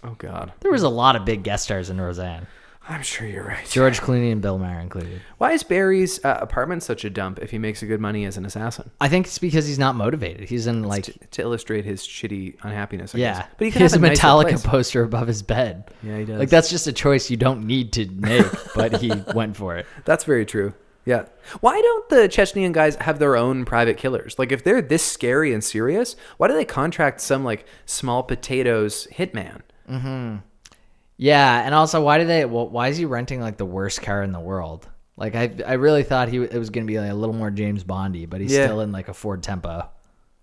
S1: Oh God,
S2: there was a lot of big guest stars in Roseanne.
S1: I'm sure you're right.
S2: George Clooney and Bill Maher included.
S1: Why is Barry's uh, apartment such a dump if he makes a good money as an assassin?
S2: I think it's because he's not motivated. He's in like
S1: To, to illustrate his shitty unhappiness, I
S2: yeah,
S1: guess. But he,
S2: he
S1: can
S2: has a
S1: have a nicer
S2: Metallica
S1: place.
S2: poster above his bed.
S1: Yeah, he does.
S2: Like that's just a choice you don't need to make, but
S1: (laughs)
S2: he went for it.
S1: That's very true. Yeah. Why don't the Chechnyan guys have their own private killers? Like, if they're this scary and serious, why do they contract some like small potatoes hitman?
S2: Yeah, and also why do they? Well, why is he renting like the worst car in the world? Like I I really thought he w- it was gonna be like a little more James Bondy, but he's
S1: Yeah.
S2: still in like a Ford Tempo.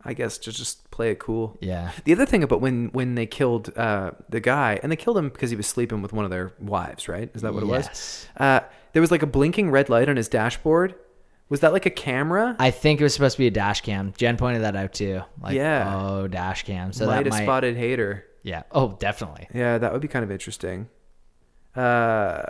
S1: I guess to just play it cool.
S2: Yeah.
S1: The other thing about when when they killed uh, the guy, and they killed him because he was sleeping with one of their wives, right? Is that what it
S2: Yes.
S1: was? Uh, there was like a blinking red light on his dashboard. Was that like a camera?
S2: I think it was supposed to be a dash cam. Jen pointed that out too. Like,
S1: Yeah.
S2: oh, dash cam. So
S1: might
S2: that
S1: have
S2: might,
S1: spotted Hater.
S2: yeah. Oh, definitely.
S1: Yeah, that would be kind of interesting. Uh,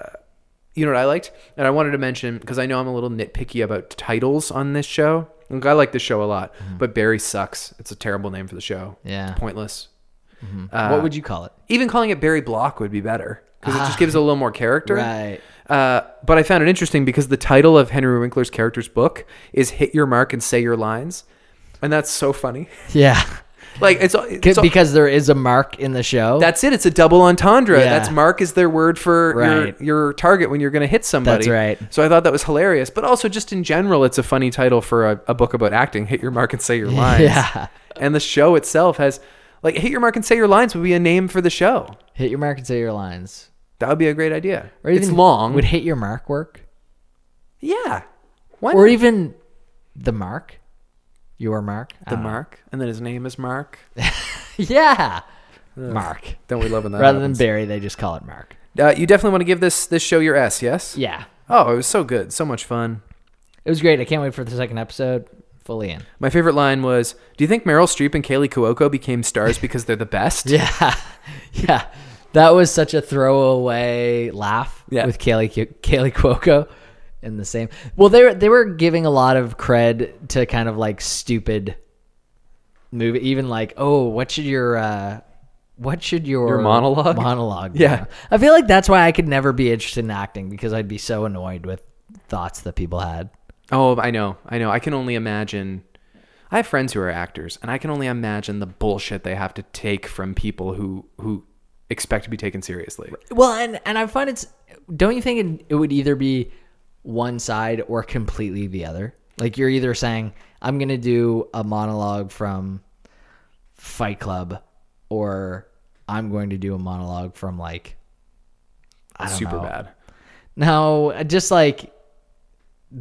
S1: you know what I liked, and I wanted to mention because I know I'm a little nitpicky about titles on this show. Like I like this show a lot, but Barry sucks. It's a terrible name for the show.
S2: Yeah.
S1: It's pointless. Uh,
S2: what would you call it?
S1: Even calling it Barry Block would be better because it just gives it a little more character.
S2: Right.
S1: Uh, but I found it interesting because the title of Henry Winkler's character's book is "Hit Your Mark and Say Your Lines," and that's so funny. (laughs)
S2: Yeah.
S1: Like it's, it's
S2: because there is a mark in the show.
S1: that's it. It's a double entendre.
S2: Yeah.
S1: That's mark is their word for
S2: Right.
S1: your, your target when you're going to hit somebody.
S2: That's right.
S1: So I thought that was hilarious, but also just in general, it's a funny title for a, a book about acting. Hit your mark and say your lines.
S2: (laughs) Yeah.
S1: And the show itself has like hit your mark and say your lines would be a name for the show.
S2: hit your mark and say your lines.
S1: That would be a great idea.
S2: Or
S1: it's
S2: even-
S1: long.
S2: Would hit your mark work?
S1: yeah. Why
S2: Or
S1: not?
S2: even the mark? Your mark? I
S1: the
S2: don't know.
S1: mark, and then his name is Mark.
S2: (laughs) Yeah. Mark.
S1: Don't we love when that?
S2: (laughs) Rather
S1: happens?
S2: than Barry, they just call it Mark.
S1: uh, you definitely want to give this this show your S. Yes.
S2: Yeah.
S1: Oh, it was so good, so much fun.
S2: It was great. I can't wait for the second episode. Fully in.
S1: My favorite line was, "Do you think Meryl Streep and Kaylee Cuoco became stars because they're the best?"
S2: (laughs) Yeah. yeah. That was such a throwaway laugh
S1: Yeah.
S2: with Kaylee, Cu- Kaylee Cuoco in the same. Well, they were, they were giving a lot of cred to kind of like stupid movie, even like, oh, what should your, uh, what should your,
S1: Your monologue?
S2: monologue be?
S1: Yeah.
S2: I feel like that's why I could never be interested in acting because I'd be so annoyed with thoughts that people had.
S1: Oh, I know, I know. I can only imagine. I have friends who are actors, and I can only imagine the bullshit they have to take from people who who expect to be taken seriously.
S2: Well, and and I find it's don't you think it, it would either be one side or completely the other? Like you're either saying I'm going to do a monologue from Fight Club or I'm going to do a monologue from like I don't
S1: Super
S2: know.
S1: bad.
S2: No, just like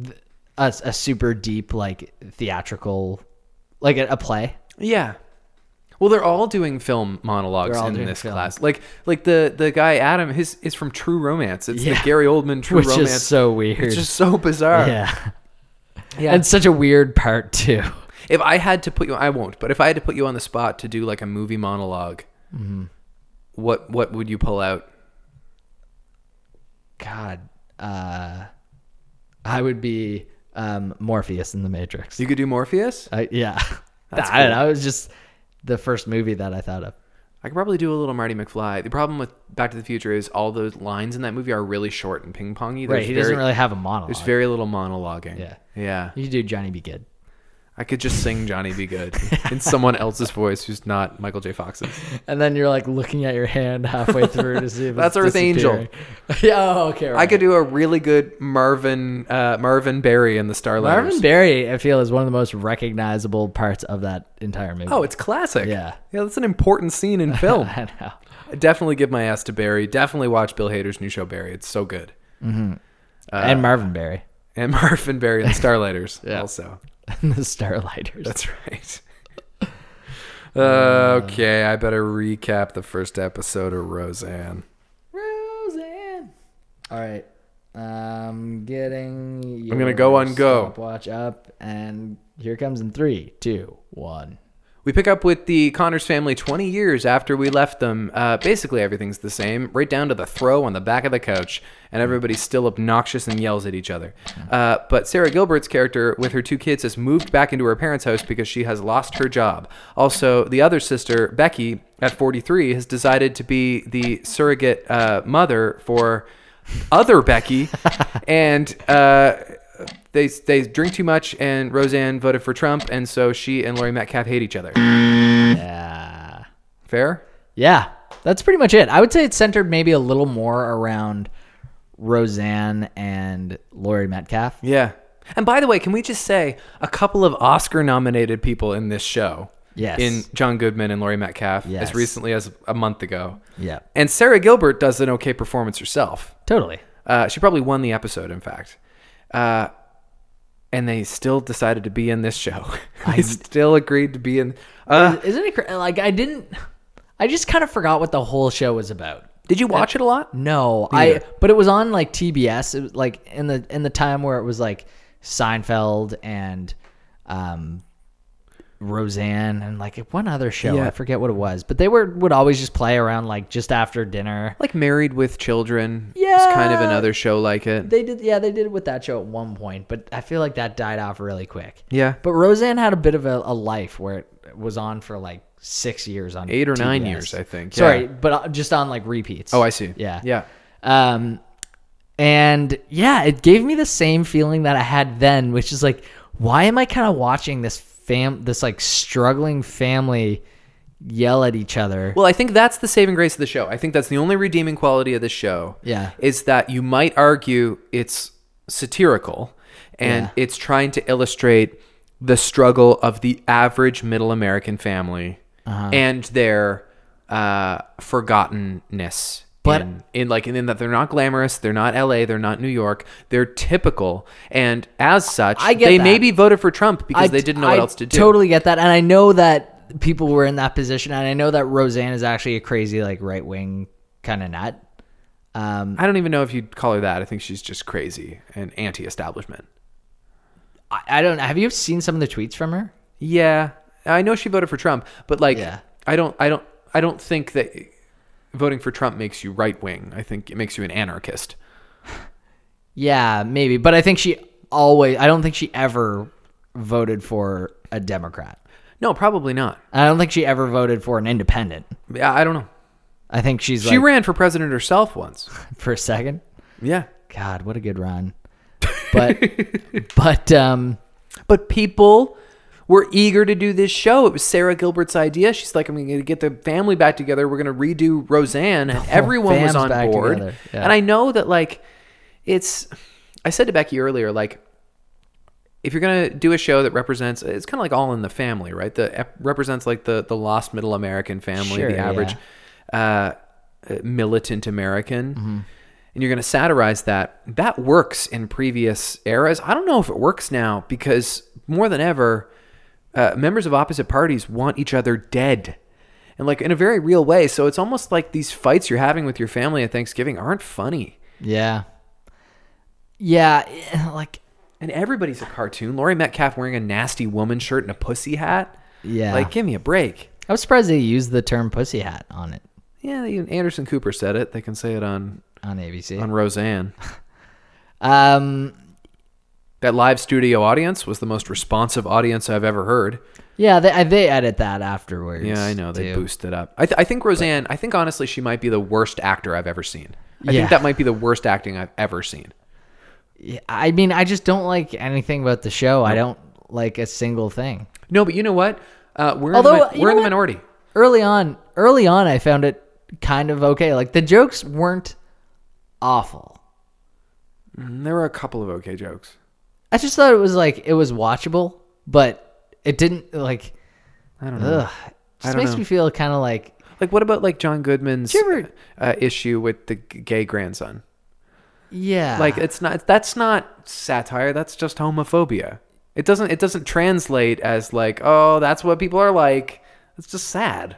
S2: th- a, a super deep like theatrical like a, a play.
S1: Yeah. Well, they're all doing film monologues
S2: They're all
S1: in
S2: doing
S1: this
S2: film.
S1: class. Like, like the the guy Adam, his is from True Romance. It's the
S2: Yeah.
S1: Gary Oldman True
S2: Which is
S1: Romance.
S2: so weird.
S1: It's just so bizarre.
S2: Yeah.
S1: Yeah.
S2: And such a weird part too.
S1: If I had to put you, I won't. But if I had to put you on the spot to do like a movie monolog
S2: Mm-hmm.
S1: what what would you pull out?
S2: God, uh, I would be um, Morpheus in the Matrix.
S1: You could do Morpheus.
S2: I, yeah, (laughs) I don't know. It was just the first movie that I thought of.
S1: I could probably do a little Marty McFly. The problem with Back to the Future is all those lines in that movie are really short and ping pongy.
S2: Right, he doesn't really have a monologue.
S1: There's very little monologuing.
S2: Yeah.
S1: yeah.
S2: you could do Johnny Be Good.
S1: I could just sing Johnny Be
S2: (laughs)
S1: Good in someone else's voice who's not Michael J. Fox's.
S2: And then you're like looking at your hand halfway through
S1: (laughs)
S2: to see if
S1: That's
S2: it's
S1: Earth Angel.
S2: disappearing. (laughs) yeah, oh, okay. Right.
S1: I could do a really good Marvin uh, Marvin Berry in the Starliners.
S2: Marvin Berry, I feel, is one of the most recognizable parts of that entire movie.
S1: Oh, it's classic.
S2: Yeah.
S1: yeah, that's an important scene in
S2: (laughs)
S1: film.
S2: I know.
S1: Definitely give my ass to Barry. Definitely watch Bill Hader's new show Barry. It's so good. Uh,
S2: and Marvin Berry (laughs)
S1: And Marvin Barry and Starlighters also.
S2: and the Starlighters.
S1: That's right. (laughs) okay, I better recap the first episode of Roseanne.
S2: Roseanne. All right. Um, getting.
S1: I'm gonna go
S2: your
S1: on go.
S2: Stopwatch up, and here it comes in three, two, one.
S1: We pick up with the Connors family 20 years after we left them. Uh, basically, everything's the same, right down to the throw on the back of the couch, and everybody's still obnoxious and yells at each other. Uh, but Sarah Gilbert's character, with her two kids, has moved back into her parents' house because she has lost her job. Also, the other sister, Becky, at 43, has decided to be the surrogate uh, mother for other Becky, and. Uh, they they drink too much, and Roseanne voted for Trump, and so she and Laurie Metcalf hate each other.
S2: Yeah.
S1: Fair?
S2: Yeah. That's pretty much it. I would say it's centered maybe a little more around Roseanne and Laurie Metcalf.
S1: Yeah. And by the way, can we just say a couple of Oscar nominated people in this show?
S2: Yes.
S1: In John Goodman and Laurie Metcalf as
S2: Yes.
S1: recently as a month ago.
S2: Yeah.
S1: And Sarah Gilbert does an okay performance herself.
S2: Totally.
S1: Uh, she probably won the episode, in fact. Uh, and they still decided to be in this show. (laughs) I still agreed to be in. Uh,
S2: Isn't it cra- like I didn't? I just kind of forgot what the whole show was about.
S1: did you watch it a lot?
S2: No, I but it was on like TBS. It was like in the in the time where it was like Seinfeld and um Roseanne and like one other show.
S1: Yeah.
S2: I forget what it was, but they were would always just play around like just after dinner.
S1: Like Married with Children. It's kind of
S2: Yeah.
S1: another show like it.
S2: They did, yeah, they did it with that show at one point, but I feel like that died off really quick.
S1: yeah.
S2: But Roseanne had a bit of a, a life where it was on for like six years on
S1: Eight or nine
S2: TBS.
S1: years, I think,
S2: Sorry,
S1: yeah.
S2: but uh, just on like repeats.
S1: Oh, I see.
S2: Yeah.
S1: Yeah.
S2: Um, and yeah, it gave me the same feeling that I had then, which is like, why am I kind of watching this fam, this like struggling family yell at each other?
S1: Well, I think that's the saving grace of the show. I think that's the only redeeming quality of the show.
S2: Yeah.
S1: Is that you might argue it's satirical and
S2: Yeah.
S1: it's trying to illustrate the struggle of the average middle American family
S2: Uh-huh.
S1: and their uh, forgottenness.
S2: But-
S1: in, in like in that they're not glamorous, they're not LA, they're not New York, they're typical, and as such,
S2: I get
S1: they
S2: that.
S1: maybe voted for Trump because
S2: I
S1: they
S2: t-
S1: didn't know what
S2: I
S1: else to do.
S2: Totally get that, and I know that people were in that position, and I know that Roseanne is actually a crazy like right wing kind of nut. Um,
S1: I don't even know if you'd call her that. I think she's just crazy and anti-establishment.
S2: I, I don't. Have you seen some of the tweets from her?
S1: Yeah, I know she voted for Trump, but like,
S2: Yeah.
S1: I don't, I don't, I don't think that voting for Trump makes you right wing. I think it makes you an anarchist.
S2: Yeah, maybe, but I think she always. I don't think she ever voted for a Democrat.
S1: No, probably not.
S2: I don't think she ever voted for an independent.
S1: Yeah, I don't know.
S2: I think she's
S1: She
S2: like
S1: ran for president herself
S2: (sighs)
S1: once.
S2: for a second.
S1: Yeah,
S2: God, what a good
S1: (laughs)
S2: run. But but um
S1: but people were eager to do this show. It was Sarah Gilbert's idea. She's like, I'm going to get the family back together. We're going to redo Roseanne, and everyone was
S2: fam's
S1: on
S2: back
S1: board.
S2: together. Yeah.
S1: And I know that like, it's. I said to Becky earlier, like, if you're gonna do a show that represents it's kind of like all in the family right the ep- represents like the the lost middle american family
S2: Sure,
S1: the average uh, militant american and you're gonna satirize that that works in previous eras i don't know if it works now because more than ever uh, members of opposite parties want each other dead and like in a very real way so it's almost like these fights you're having with your family at thanksgiving aren't funny
S2: yeah. Yeah, eh, like
S1: and everybody's a cartoon. Laurie Metcalf wearing a nasty woman shirt and a pussy hat.
S2: Yeah.
S1: Like, give me a break.
S2: I was surprised they used the term pussy hat on it
S1: Yeah, even Anderson Cooper said it. They can say it on
S2: on ABC.
S1: on Roseanne.
S2: Um
S1: That live studio audience was the most responsive audience I've ever heard.
S2: yeah, they I- they edit that afterwards.
S1: Yeah, I know they
S2: too.
S1: boosted up. I, th- I think Roseanne. I think honestly, she might be the worst actor I've ever seen. I
S2: Yeah.
S1: think that might be the worst acting I've ever seen.
S2: Yeah, I mean, I just don't like anything about the show. I don't like a single thing.
S1: No, but you know what? Uh, we're in
S2: Although,
S1: the, mi-
S2: you
S1: we're in
S2: know
S1: the
S2: what?
S1: minority.
S2: early on early on i found it kind of okay like the jokes weren't awful Mm,
S1: There were a couple of okay jokes.
S2: i just thought it was like it was watchable but it didn't like i don't know ugh, just
S1: don't
S2: makes
S1: know.
S2: me feel kind of like
S1: Like what about like John Goodman's
S2: Did you ever-
S1: uh, issue with the g- gay grandson?
S2: yeah
S1: like it's not that's not satire that's just homophobia it doesn't it doesn't translate as like oh that's what people are like it's just sad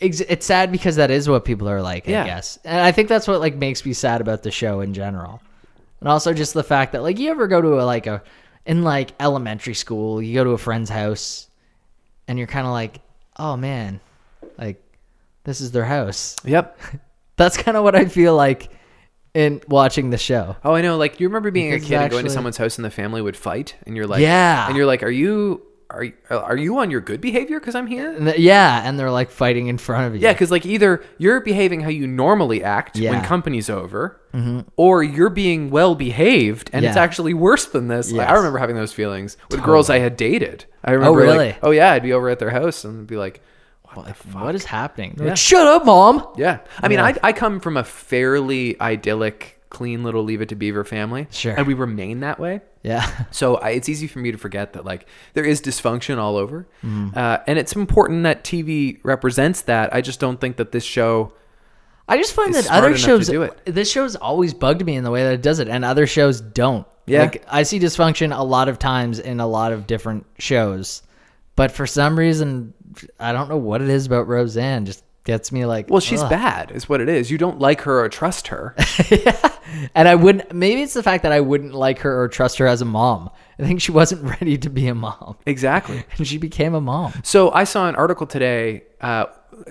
S2: ex- it's sad because that is what people are like
S1: Yeah.
S2: i guess and i think that's what like makes me sad about the show in general and also just the fact that like you ever go to a like a in like elementary school you go to a friend's house and you're kind of like oh man like this is their house
S1: yep
S2: that's kind of what i feel like in watching the show
S1: (laughs) oh i know like you remember being a
S2: Because
S1: kid and going to
S2: actually-
S1: someone's house and the family would fight and you're like
S2: Yeah.
S1: and you're like are you are you, are you on your good behavior because i'm here
S2: and th- yeah and they're like fighting in front of you
S1: yeah because like either you're behaving how you normally act when
S2: Yeah. Mm-hmm.
S1: company's over or you're being well behaved and it's
S2: Yeah.
S1: actually worse than this like, i
S2: Yes.
S1: remember having those feelings with girls i had dated i remember
S2: really?
S1: like oh yeah i'd be over at their house and be like what the fuck
S2: what is happening They're like, shut up mom
S1: Yeah. I mean, I, I come from a fairly idyllic, clean little Leave It to Beaver family.
S2: Sure.
S1: And we remain that way.
S2: yeah
S1: So I, it's easy for me to forget that, like, there is dysfunction all over.
S2: Mm-hmm.
S1: Uh, and it's important that TV represents that. I just don't think that this show.
S2: (laughs) I just find
S1: is
S2: that
S1: smart
S2: other
S1: enough to
S2: shows
S1: do it.
S2: This show's always bugged me in the way that it does it, and other shows don't.
S1: Yeah.
S2: Like I see dysfunction a lot of times in a lot of different shows, but for some reason, I don't know what it is about Roseanne. Just gets me like, (laughs)
S1: Well, she's
S2: ugh.
S1: bad, is what it is. You don't like her or trust her.
S2: And I wouldn't. Maybe it's the fact that I wouldn't like her or trust her as a mom. I think she wasn't (laughs) ready to be a mom,
S1: Exactly.
S2: and she became a mom.
S1: So I saw an article today, uh,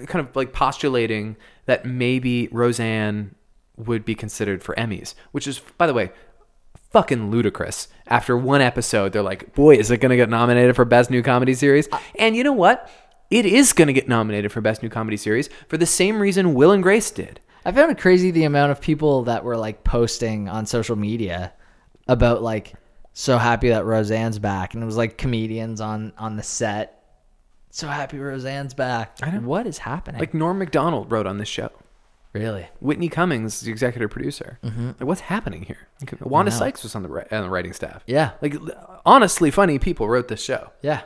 S1: kind of like postulating that maybe Roseanne would be considered for Emmys, which is, by the way, fucking ludicrous. After one episode, they're like, boy, is it going to get nominated for Best New Comedy Series? And you know what? It is going to get nominated for Best New Comedy Series for the same reason Will and Grace did.
S2: I found it crazy the amount of people that were like posting on social media about like so happy that Roseanne's back, and it was like comedians on on the set. So happy Roseanne's back. I what is happening?
S1: Like Norm MacDonald wrote on this show.
S2: really?
S1: Whitney Cummings is the executive producer.
S2: Mm-hmm.
S1: Like, what's happening here? Like, Wanda Sykes was on the, ri- on the writing staff.
S2: Yeah.
S1: Like, honestly, funny people wrote this show.
S2: Yeah.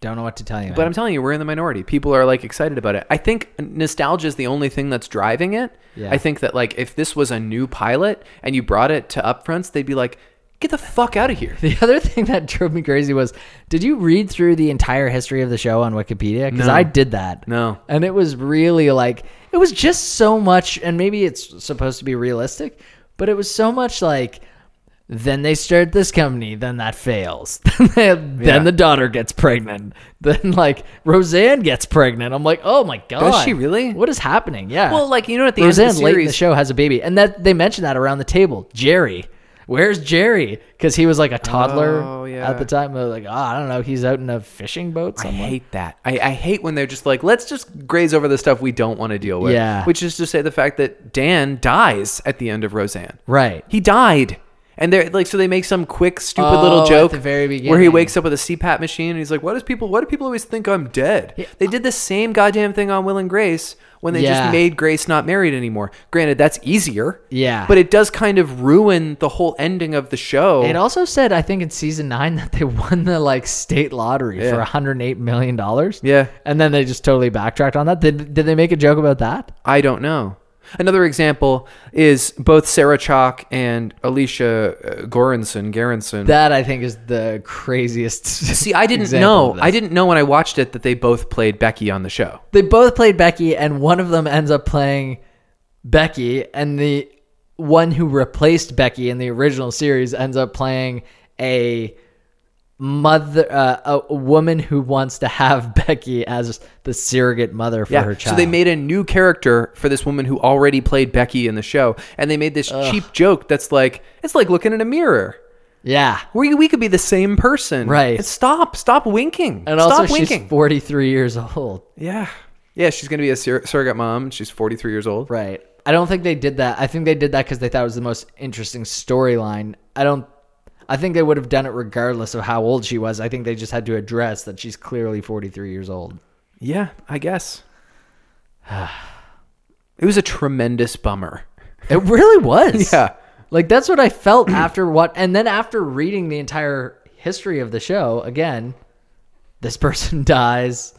S2: Don't know what to tell you.
S1: But
S2: man.
S1: I'm telling you, we're in the minority. People are like excited about it. I think nostalgia is the only thing that's driving it.
S2: Yeah.
S1: I think that like if this was a new pilot and you brought it to upfronts, they'd be like, "Get the fuck out of here."
S2: (laughs) the other thing that drove me crazy was, did you read through the entire history of the show on Wikipedia? Because
S1: No.
S2: I did that.
S1: No.
S2: And it was really like it was just so much and maybe it's supposed to be realistic, but it was so much like then they start this company, then that fails. (laughs) Then they,
S1: Yeah.
S2: then the daughter gets pregnant. (laughs) Then like Roseanne gets pregnant. I'm like, "Oh my god."
S1: she really?
S2: What is happening? Yeah.
S1: Well, like you know, at the
S2: Roseanne
S1: end of the
S2: late in
S1: series,
S2: the show has a baby, and that they mentioned that around the table. Jerry, where's Jerry? Because he was like a toddler
S1: Oh, yeah.
S2: at the time. They're like, oh, I don't know, he's out in a fishing boat
S1: I
S2: somewhere.
S1: hate that. I, I hate when they're just like, "Let's just graze over the stuff we don't want to deal with."
S2: Yeah.
S1: Which is to say, the fact that Dan dies at the end of Roseanne.
S2: right.
S1: He died. And they're like, so they make some quick, stupid
S2: Oh,
S1: little
S2: at
S1: joke
S2: the very
S1: where he
S2: beginning.
S1: wakes up with a CPAP machine and he's like, "What does people? Why do people always think I'm dead?" They did the same goddamn thing on Will and Grace when they
S2: Yeah.
S1: just made Grace not married anymore. Granted, that's easier.
S2: Yeah.
S1: but it does kind of ruin the whole ending of the show.
S2: It also said, I think in season nine, (laughs) that they won the like state lottery for
S1: Yeah.
S2: 108 million dollars.
S1: Yeah.
S2: and then they just totally backtracked on that. Did did they make a joke about that?
S1: I don't know. Another example is both Sarah Chalk and Alicia uh, Goranson. Garanson.
S2: That I think is the craziest. (laughs)
S1: See, I didn't know. I didn't know when I watched it that they both played Becky on the show.
S2: they both played Becky, and one of them ends up playing Becky, and the one who replaced Becky in the original series ends up playing a mother, uh, a- a woman who wants to have (laughs) Becky as the surrogate mother for her child.
S1: So they made a new character for this woman who already played Becky in the show, and they made this cheap joke that's like it's like looking in a mirror.
S2: yeah,
S1: We we could be the same person,
S2: Right.
S1: And stop, stop winking,
S2: and
S1: stop
S2: also
S1: winking.
S2: she's forty three years old.
S1: yeah, yeah. She's gonna be a sur- surrogate mom. She's forty three years old.
S2: Right. I don't think they did that. I think they did that because they thought it was the most interesting storyline. I don't. I think they would have done it regardless of how old she was. I think they just had to address that she's clearly 43 years old.
S1: Yeah, I guess. (sighs) it was a tremendous bummer.
S2: It really was. (laughs)
S1: Yeah.
S2: Like that's what I felt after what and then after reading the entire history of the show again, this person (laughs) dies.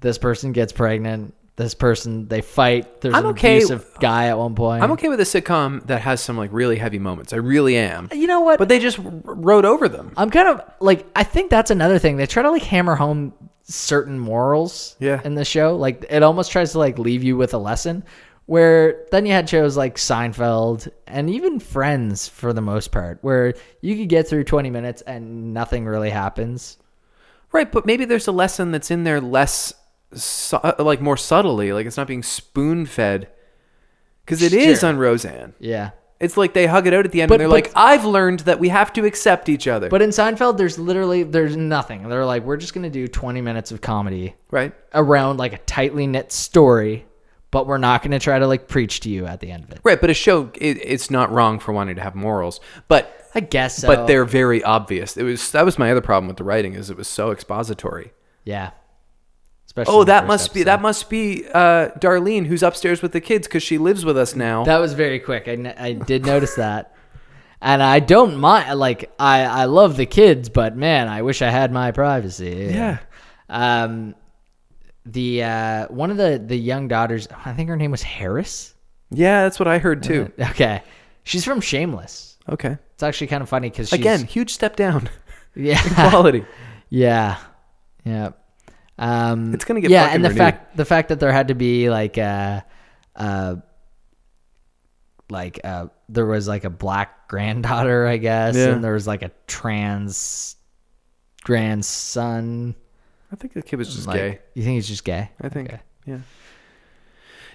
S2: This person gets pregnant. This person they fight. There's
S1: I'm
S2: an
S1: okay-
S2: abusive guy at one point.
S1: I'm okay with a sitcom that has some like really heavy moments. I really am.
S2: You know what?
S1: But they just r- rode over them.
S2: I'm kind of like I think that's another thing. They try to like hammer home certain morals
S1: Yeah.
S2: in the show. Like it almost tries to like leave you with a lesson. Where then you had shows like Seinfeld and even Friends for the most part, where you could get through 20 minutes and nothing really happens.
S1: Right, but maybe there's a lesson that's in there less, su- like more subtly. Like it's not being spoon fed, because it is
S2: Sure.
S1: on Roseanne.
S2: Yeah.
S1: It's like they hug it out at the end, and
S2: But-
S1: they're
S2: but-
S1: like, "I've learned that we have to accept each other."
S2: But in Seinfeld, there's literally there's nothing. They're like, we're just gonna do 20 minutes of comedy
S1: right?
S2: around like a tightly knit story, but we're not gonna try to like preach to you at the end of it.
S1: Right, but a show, it, it's not wrong for wanting to have morals, but
S2: I guess so.
S1: but they're very obvious. It was that was my other problem with the writing is it was so expository.
S2: Yeah. Especially
S1: Oh,
S2: in the
S1: that
S2: first
S1: must be
S2: episode.
S1: that must be uh, Darlene who's upstairs with the kids because she lives with us now.
S2: That was very quick. I, n- I did notice that. And I don't mind. Like I, I love the kids, but man, I wish I had my privacy.
S1: Yeah.
S2: Um, the uh, one of the the young daughters, I think her name was Harris. (laughs)
S1: yeah, that's what I heard too.
S2: Okay, she's from Shameless.
S1: Okay,
S2: It's actually kind of funny because
S1: again, huge step down.
S2: (laughs) yeah, (laughs)
S1: Quality.
S2: Yeah. Yeah. Um,
S1: It's gonna get
S2: yeah,
S1: fucking
S2: and the
S1: renewed.
S2: fact the fact that there had to be like uh, uh, like uh there was like a black granddaughter, I guess,
S1: Yeah.
S2: and there was like a trans grandson.
S1: I think the kid was just
S2: Like,
S1: gay.
S2: You think he's just gay?
S1: I think.
S2: Okay.
S1: Yeah.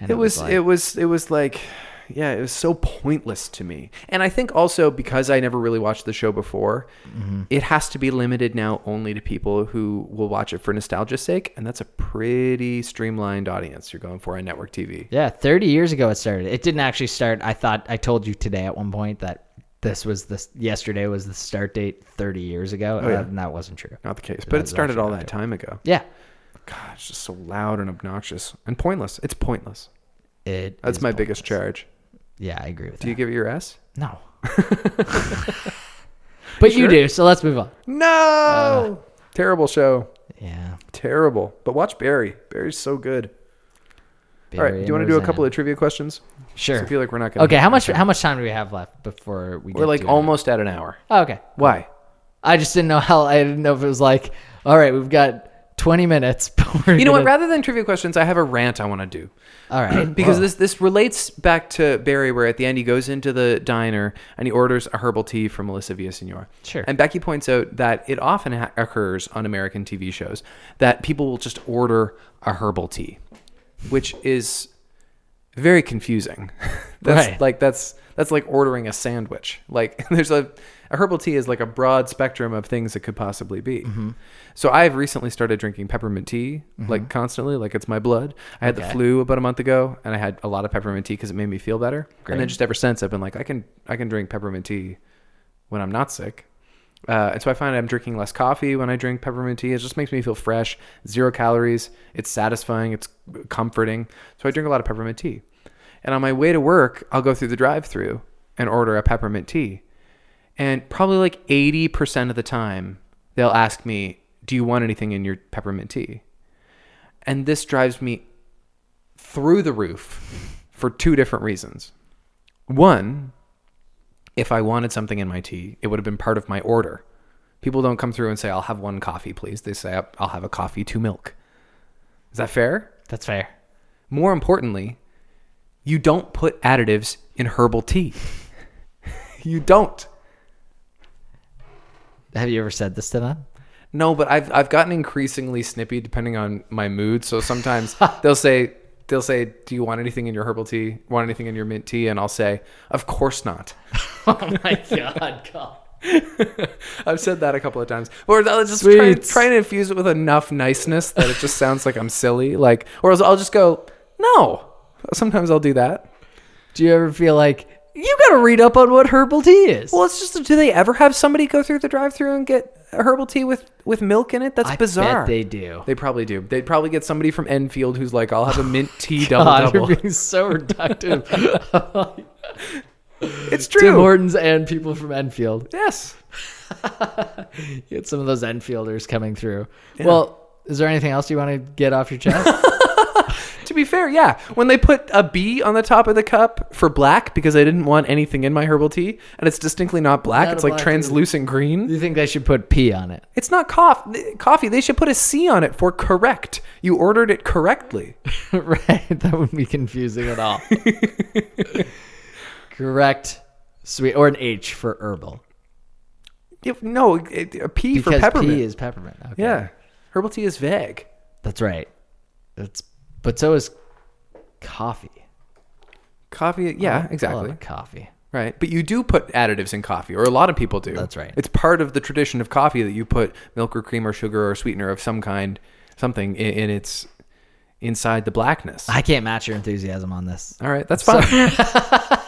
S2: And
S1: It was,
S2: like-
S1: it was it was like yeah, it was so pointless to me. And I think also because I never really watched the show before,
S2: Mm-hmm.
S1: it has to be limited now only to people who will watch it for nostalgia's sake, and that's a pretty streamlined audience you're going for on network TV.
S2: Yeah, 30 years ago it started. It didn't actually start. I thought I told you today at one point that this was this yesterday was the start date 30 years ago,
S1: Oh, yeah.
S2: and that wasn't true.
S1: Not the case, but it
S2: That's
S1: started
S2: actually
S1: all
S2: not
S1: that time ago.
S2: Yeah,
S1: God, it's just so loud and obnoxious and pointless. It's pointless.
S2: it.
S1: That's
S2: is
S1: my
S2: bull-
S1: biggest charge.
S2: Yeah, I agree with
S1: Do you
S2: that.
S1: give it your S? (laughs)
S2: no, but you
S1: sure?
S2: do. So let's move on.
S1: No. Terrible show.
S2: Yeah.
S1: Terrible. But watch Barry. Barry's so good. All right. Do you want to do a couple of trivia questions?
S2: sure?
S1: I feel like we're not gonna.
S2: okay, how much how much time do we have left before we?
S1: We're
S2: get
S1: like
S2: to-
S1: almost at an hour.
S2: Oh, okay.
S1: Why?
S2: I just didn't know how. I didn't know if it was like, all right, we've got 20 minutes. (laughs) But we're
S1: You know what?
S2: gonna-
S1: Rather than trivia questions, I have a rant I want to (clears throat) do
S2: All right,
S1: because
S2: Whoa.
S1: this this relates back to Barry, where at the end he goes into the diner and he orders a herbal tea from Melissa Villaseñor.
S2: Sure.
S1: And Becky points out that it often ha- occurs on American TV shows that people will just order a herbal tea, which is very confusing. (laughs) that's
S2: Right.
S1: like that's that's like ordering a sandwich. Like (laughs) there's a a herbal tea is like a broad spectrum of things it could possibly be. So I've recently started drinking peppermint tea like constantly, like it's my blood. I had the flu about a month ago and I had a lot of peppermint tea cuz it made me feel better. And then just ever since I've been like I can I can drink peppermint tea when I'm not sick. Uh, and so I find I'm drinking less coffee when I drink peppermint tea. It just makes me feel fresh, zero calories. It's satisfying. It's comforting. So I drink a lot of peppermint tea. And on my way to work, I'll go through the drive-through and order a peppermint tea. And probably like 80% of the time, they'll ask me, "Do you want anything in your peppermint tea?" And this drives me through the roof for two different reasons. One, if I wanted something in my tea, it would have been part of my order. People don't come through and say, I'll have one coffee, please. They say, I'll have a coffee, two milk. Is that fair?
S2: that's fair.
S1: More importantly, you don't put additives in herbal tea. (laughs) you don't.
S2: Have you ever said this to them?
S1: No, but I've I've gotten increasingly snippy depending on my mood. So sometimes they'll say they'll say, "Do you want anything in your herbal tea? Want anything in your mint tea?" And I'll say, "Of course not."
S2: (laughs) oh my god, god.
S1: I've said that a couple of times. Or I'll just try,
S2: Sweets.
S1: try and infuse it with enough niceness that it just sounds like I'm silly. Like, or else I'll just go, no. Sometimes I'll do that.
S2: Do you ever feel like you got to read up on what herbal tea is?
S1: Well, it's just, do they ever have somebody go through the drive-through and get a herbal tea with with milk in it? That's
S2: I
S1: bizarre.
S2: bet they do.
S1: They probably do. They'd probably get somebody from Enfield who's like, I'll have a mint
S2: (laughs)
S1: tea
S2: God,
S1: double
S2: Oh, you're
S1: double.
S2: being so
S1: (laughs)
S2: reductive. (laughs)
S1: It's
S2: Tim
S1: true.
S2: Hortons and people
S1: (laughs)
S2: from Enfield.
S1: Yes.
S2: You get some of those Enfielders coming through. Well, is there anything else you want to get off
S1: (laughs)
S2: your chest?
S1: To be fair, yeah. When they put a B on the top of the cup for black because I didn't want anything in my herbal tea, and it's distinctly not black,
S2: Not a
S1: it's like
S2: black tea.
S1: translucent green.
S2: Do you think they should put P on it? (laughs)
S1: It's not cough, coffee. They should put a C on it for correct. You ordered it correctly.
S2: right, that wouldn't be confusing
S1: (laughs)
S2: at all. Correct. Sweet or an H for herbal
S1: You- No, it, a P for
S2: because
S1: peppermint.
S2: P is peppermint. Okay.
S1: yeah. Herbal tea is vague.
S2: That's right. That's but so is coffee.
S1: Coffee, yeah,
S2: I love
S1: exactly.
S2: a coffee.
S1: Right. But you do put additives in coffee, or a lot of people do.
S2: That's right.
S1: It's part of the tradition of coffee that you put milk or cream or sugar or sweetener of some kind, something in, in its inside the blackness.
S2: I can't match your enthusiasm
S1: (laughs)
S2: on this.
S1: All right, that's fine.
S2: (laughs)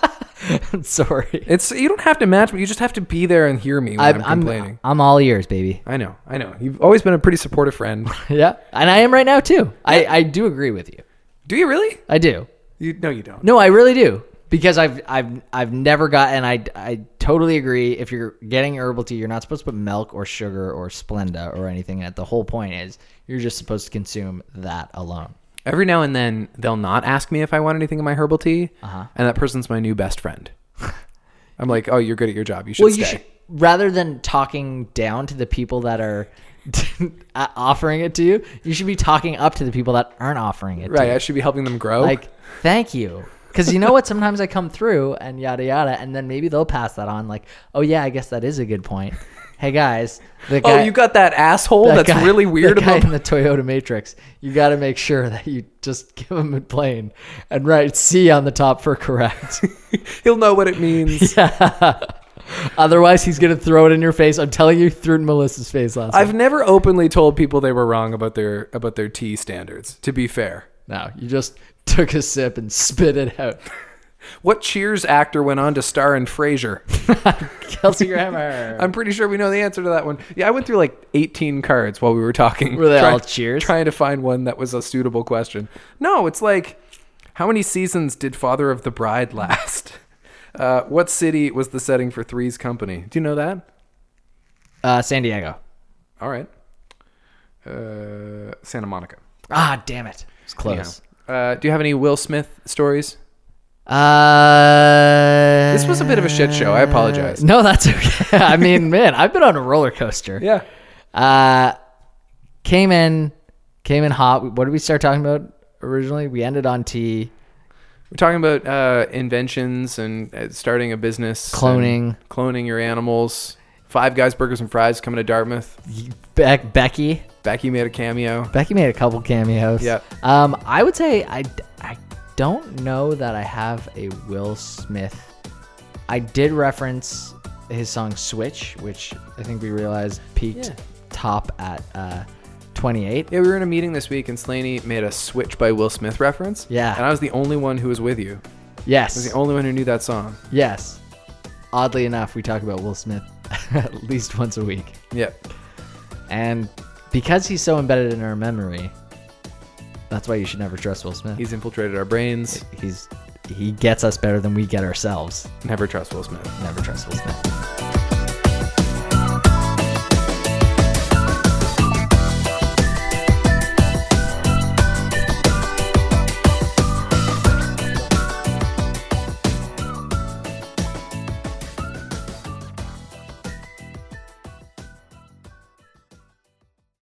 S2: I'm sorry.
S1: It's you don't have to match, but you just have to be there and hear me when I'm,
S2: I'm, I'm,
S1: complaining.
S2: I'm, all ears, baby.
S1: I know, I know. You've always been a pretty supportive
S2: (laughs)
S1: friend.
S2: Yeah, and I am right now too. I, I do agree with you.
S1: do you really?
S2: I do.
S1: You no, you don't.
S2: No, I really do because I've I've I've never got and I I totally agree. If you're getting herbal tea, you're not supposed to put milk or sugar or Splenda or anything. in it. the whole point is you're just supposed to consume that alone.
S1: Every now and then, they'll not ask me if I want anything in my herbal tea,
S2: Uh-huh.
S1: and that person's my new best
S2: (laughs)
S1: friend. I'm like, oh, you're good at your job. You should
S2: well,
S1: stay.
S2: you should rather than talking down to the people that are (laughs) offering it to you, you should be talking up to the people that aren't offering it.
S1: (laughs)
S2: To
S1: right?
S2: you.
S1: I should be helping them grow.
S2: Like, thank you. Because you know what? Sometimes I come through and yada yada, and then maybe they'll pass that on. Like, oh yeah, I guess that is a good point. Hey guys, the
S1: Oh,
S2: guy, (laughs)
S1: you got that asshole
S2: that
S1: that's
S2: guy-
S1: really weird
S2: That guy
S1: about
S2: in the Toyota Matrix. You got to make sure that you just (laughs) give him a plane and write C on the top
S1: (laughs)
S2: for correct.
S1: (laughs)
S2: (laughs)
S1: He'll know what it means.
S2: Otherwise, he's gonna throw it in your face. I'm telling you, he threw it in Melissa's face last time.
S1: I've never openly told people they were wrong about their about their tea standards, to be fair.
S2: No, you just took a sip and spit it out. (laughs)
S1: What Cheers actor went on to star in Frasier?
S2: Kelsey Grammer.
S1: I'm pretty sure we know the answer to that one. Yeah, I went through like 18 cards while we were talking.
S2: Were they all Cheers?
S1: Trying to find one that was a suitable question. No, it's like, how many seasons did Father of the Bride last? (laughs) Uh, what city was the setting for Three's Company? Do you know that?
S2: uh, San Diego.
S1: All right. Uh, Santa Monica.
S2: Ah, damn it. It's close.
S1: Uh, do you have any Will Smith stories?
S2: Uh,
S1: This was a bit of a shit show. I apologize.
S2: No, that's okay. (laughs) I mean, man, I've been on a roller coaster.
S1: Yeah.
S2: Uh, came in, came in hot. What did we start talking about originally? We ended on T.
S1: We're talking about uh, inventions and uh, starting a business, and
S2: Cloning.
S1: cloning your animals. Five Guys Burgers and Fries coming to Dartmouth.
S2: Beck, Becky.
S1: Becky made a cameo.
S2: Becky made a couple cameos.
S1: Yeah.
S2: Um, I would say I, I don't know that I have a Will Smith. I did reference his song Switch, which I think we realized peaked
S1: Yeah.
S2: top at uh, 28.
S1: Yeah, we were in a meeting this week, and Slaney made a "Switch" by Will Smith reference.
S2: Yeah.
S1: and I was the only one who was with you. I was
S2: Yes.
S1: the only one who knew that song.
S2: yes. Oddly enough, we talk about Will Smith (laughs) at least once a week.
S1: Yeah,
S2: And because he's so embedded in our memory, that's why you should never trust Will Smith.
S1: he's infiltrated our brains.
S2: he's he gets us better than we get ourselves.
S1: Never trust Will Smith.
S2: Never trust Will Smith.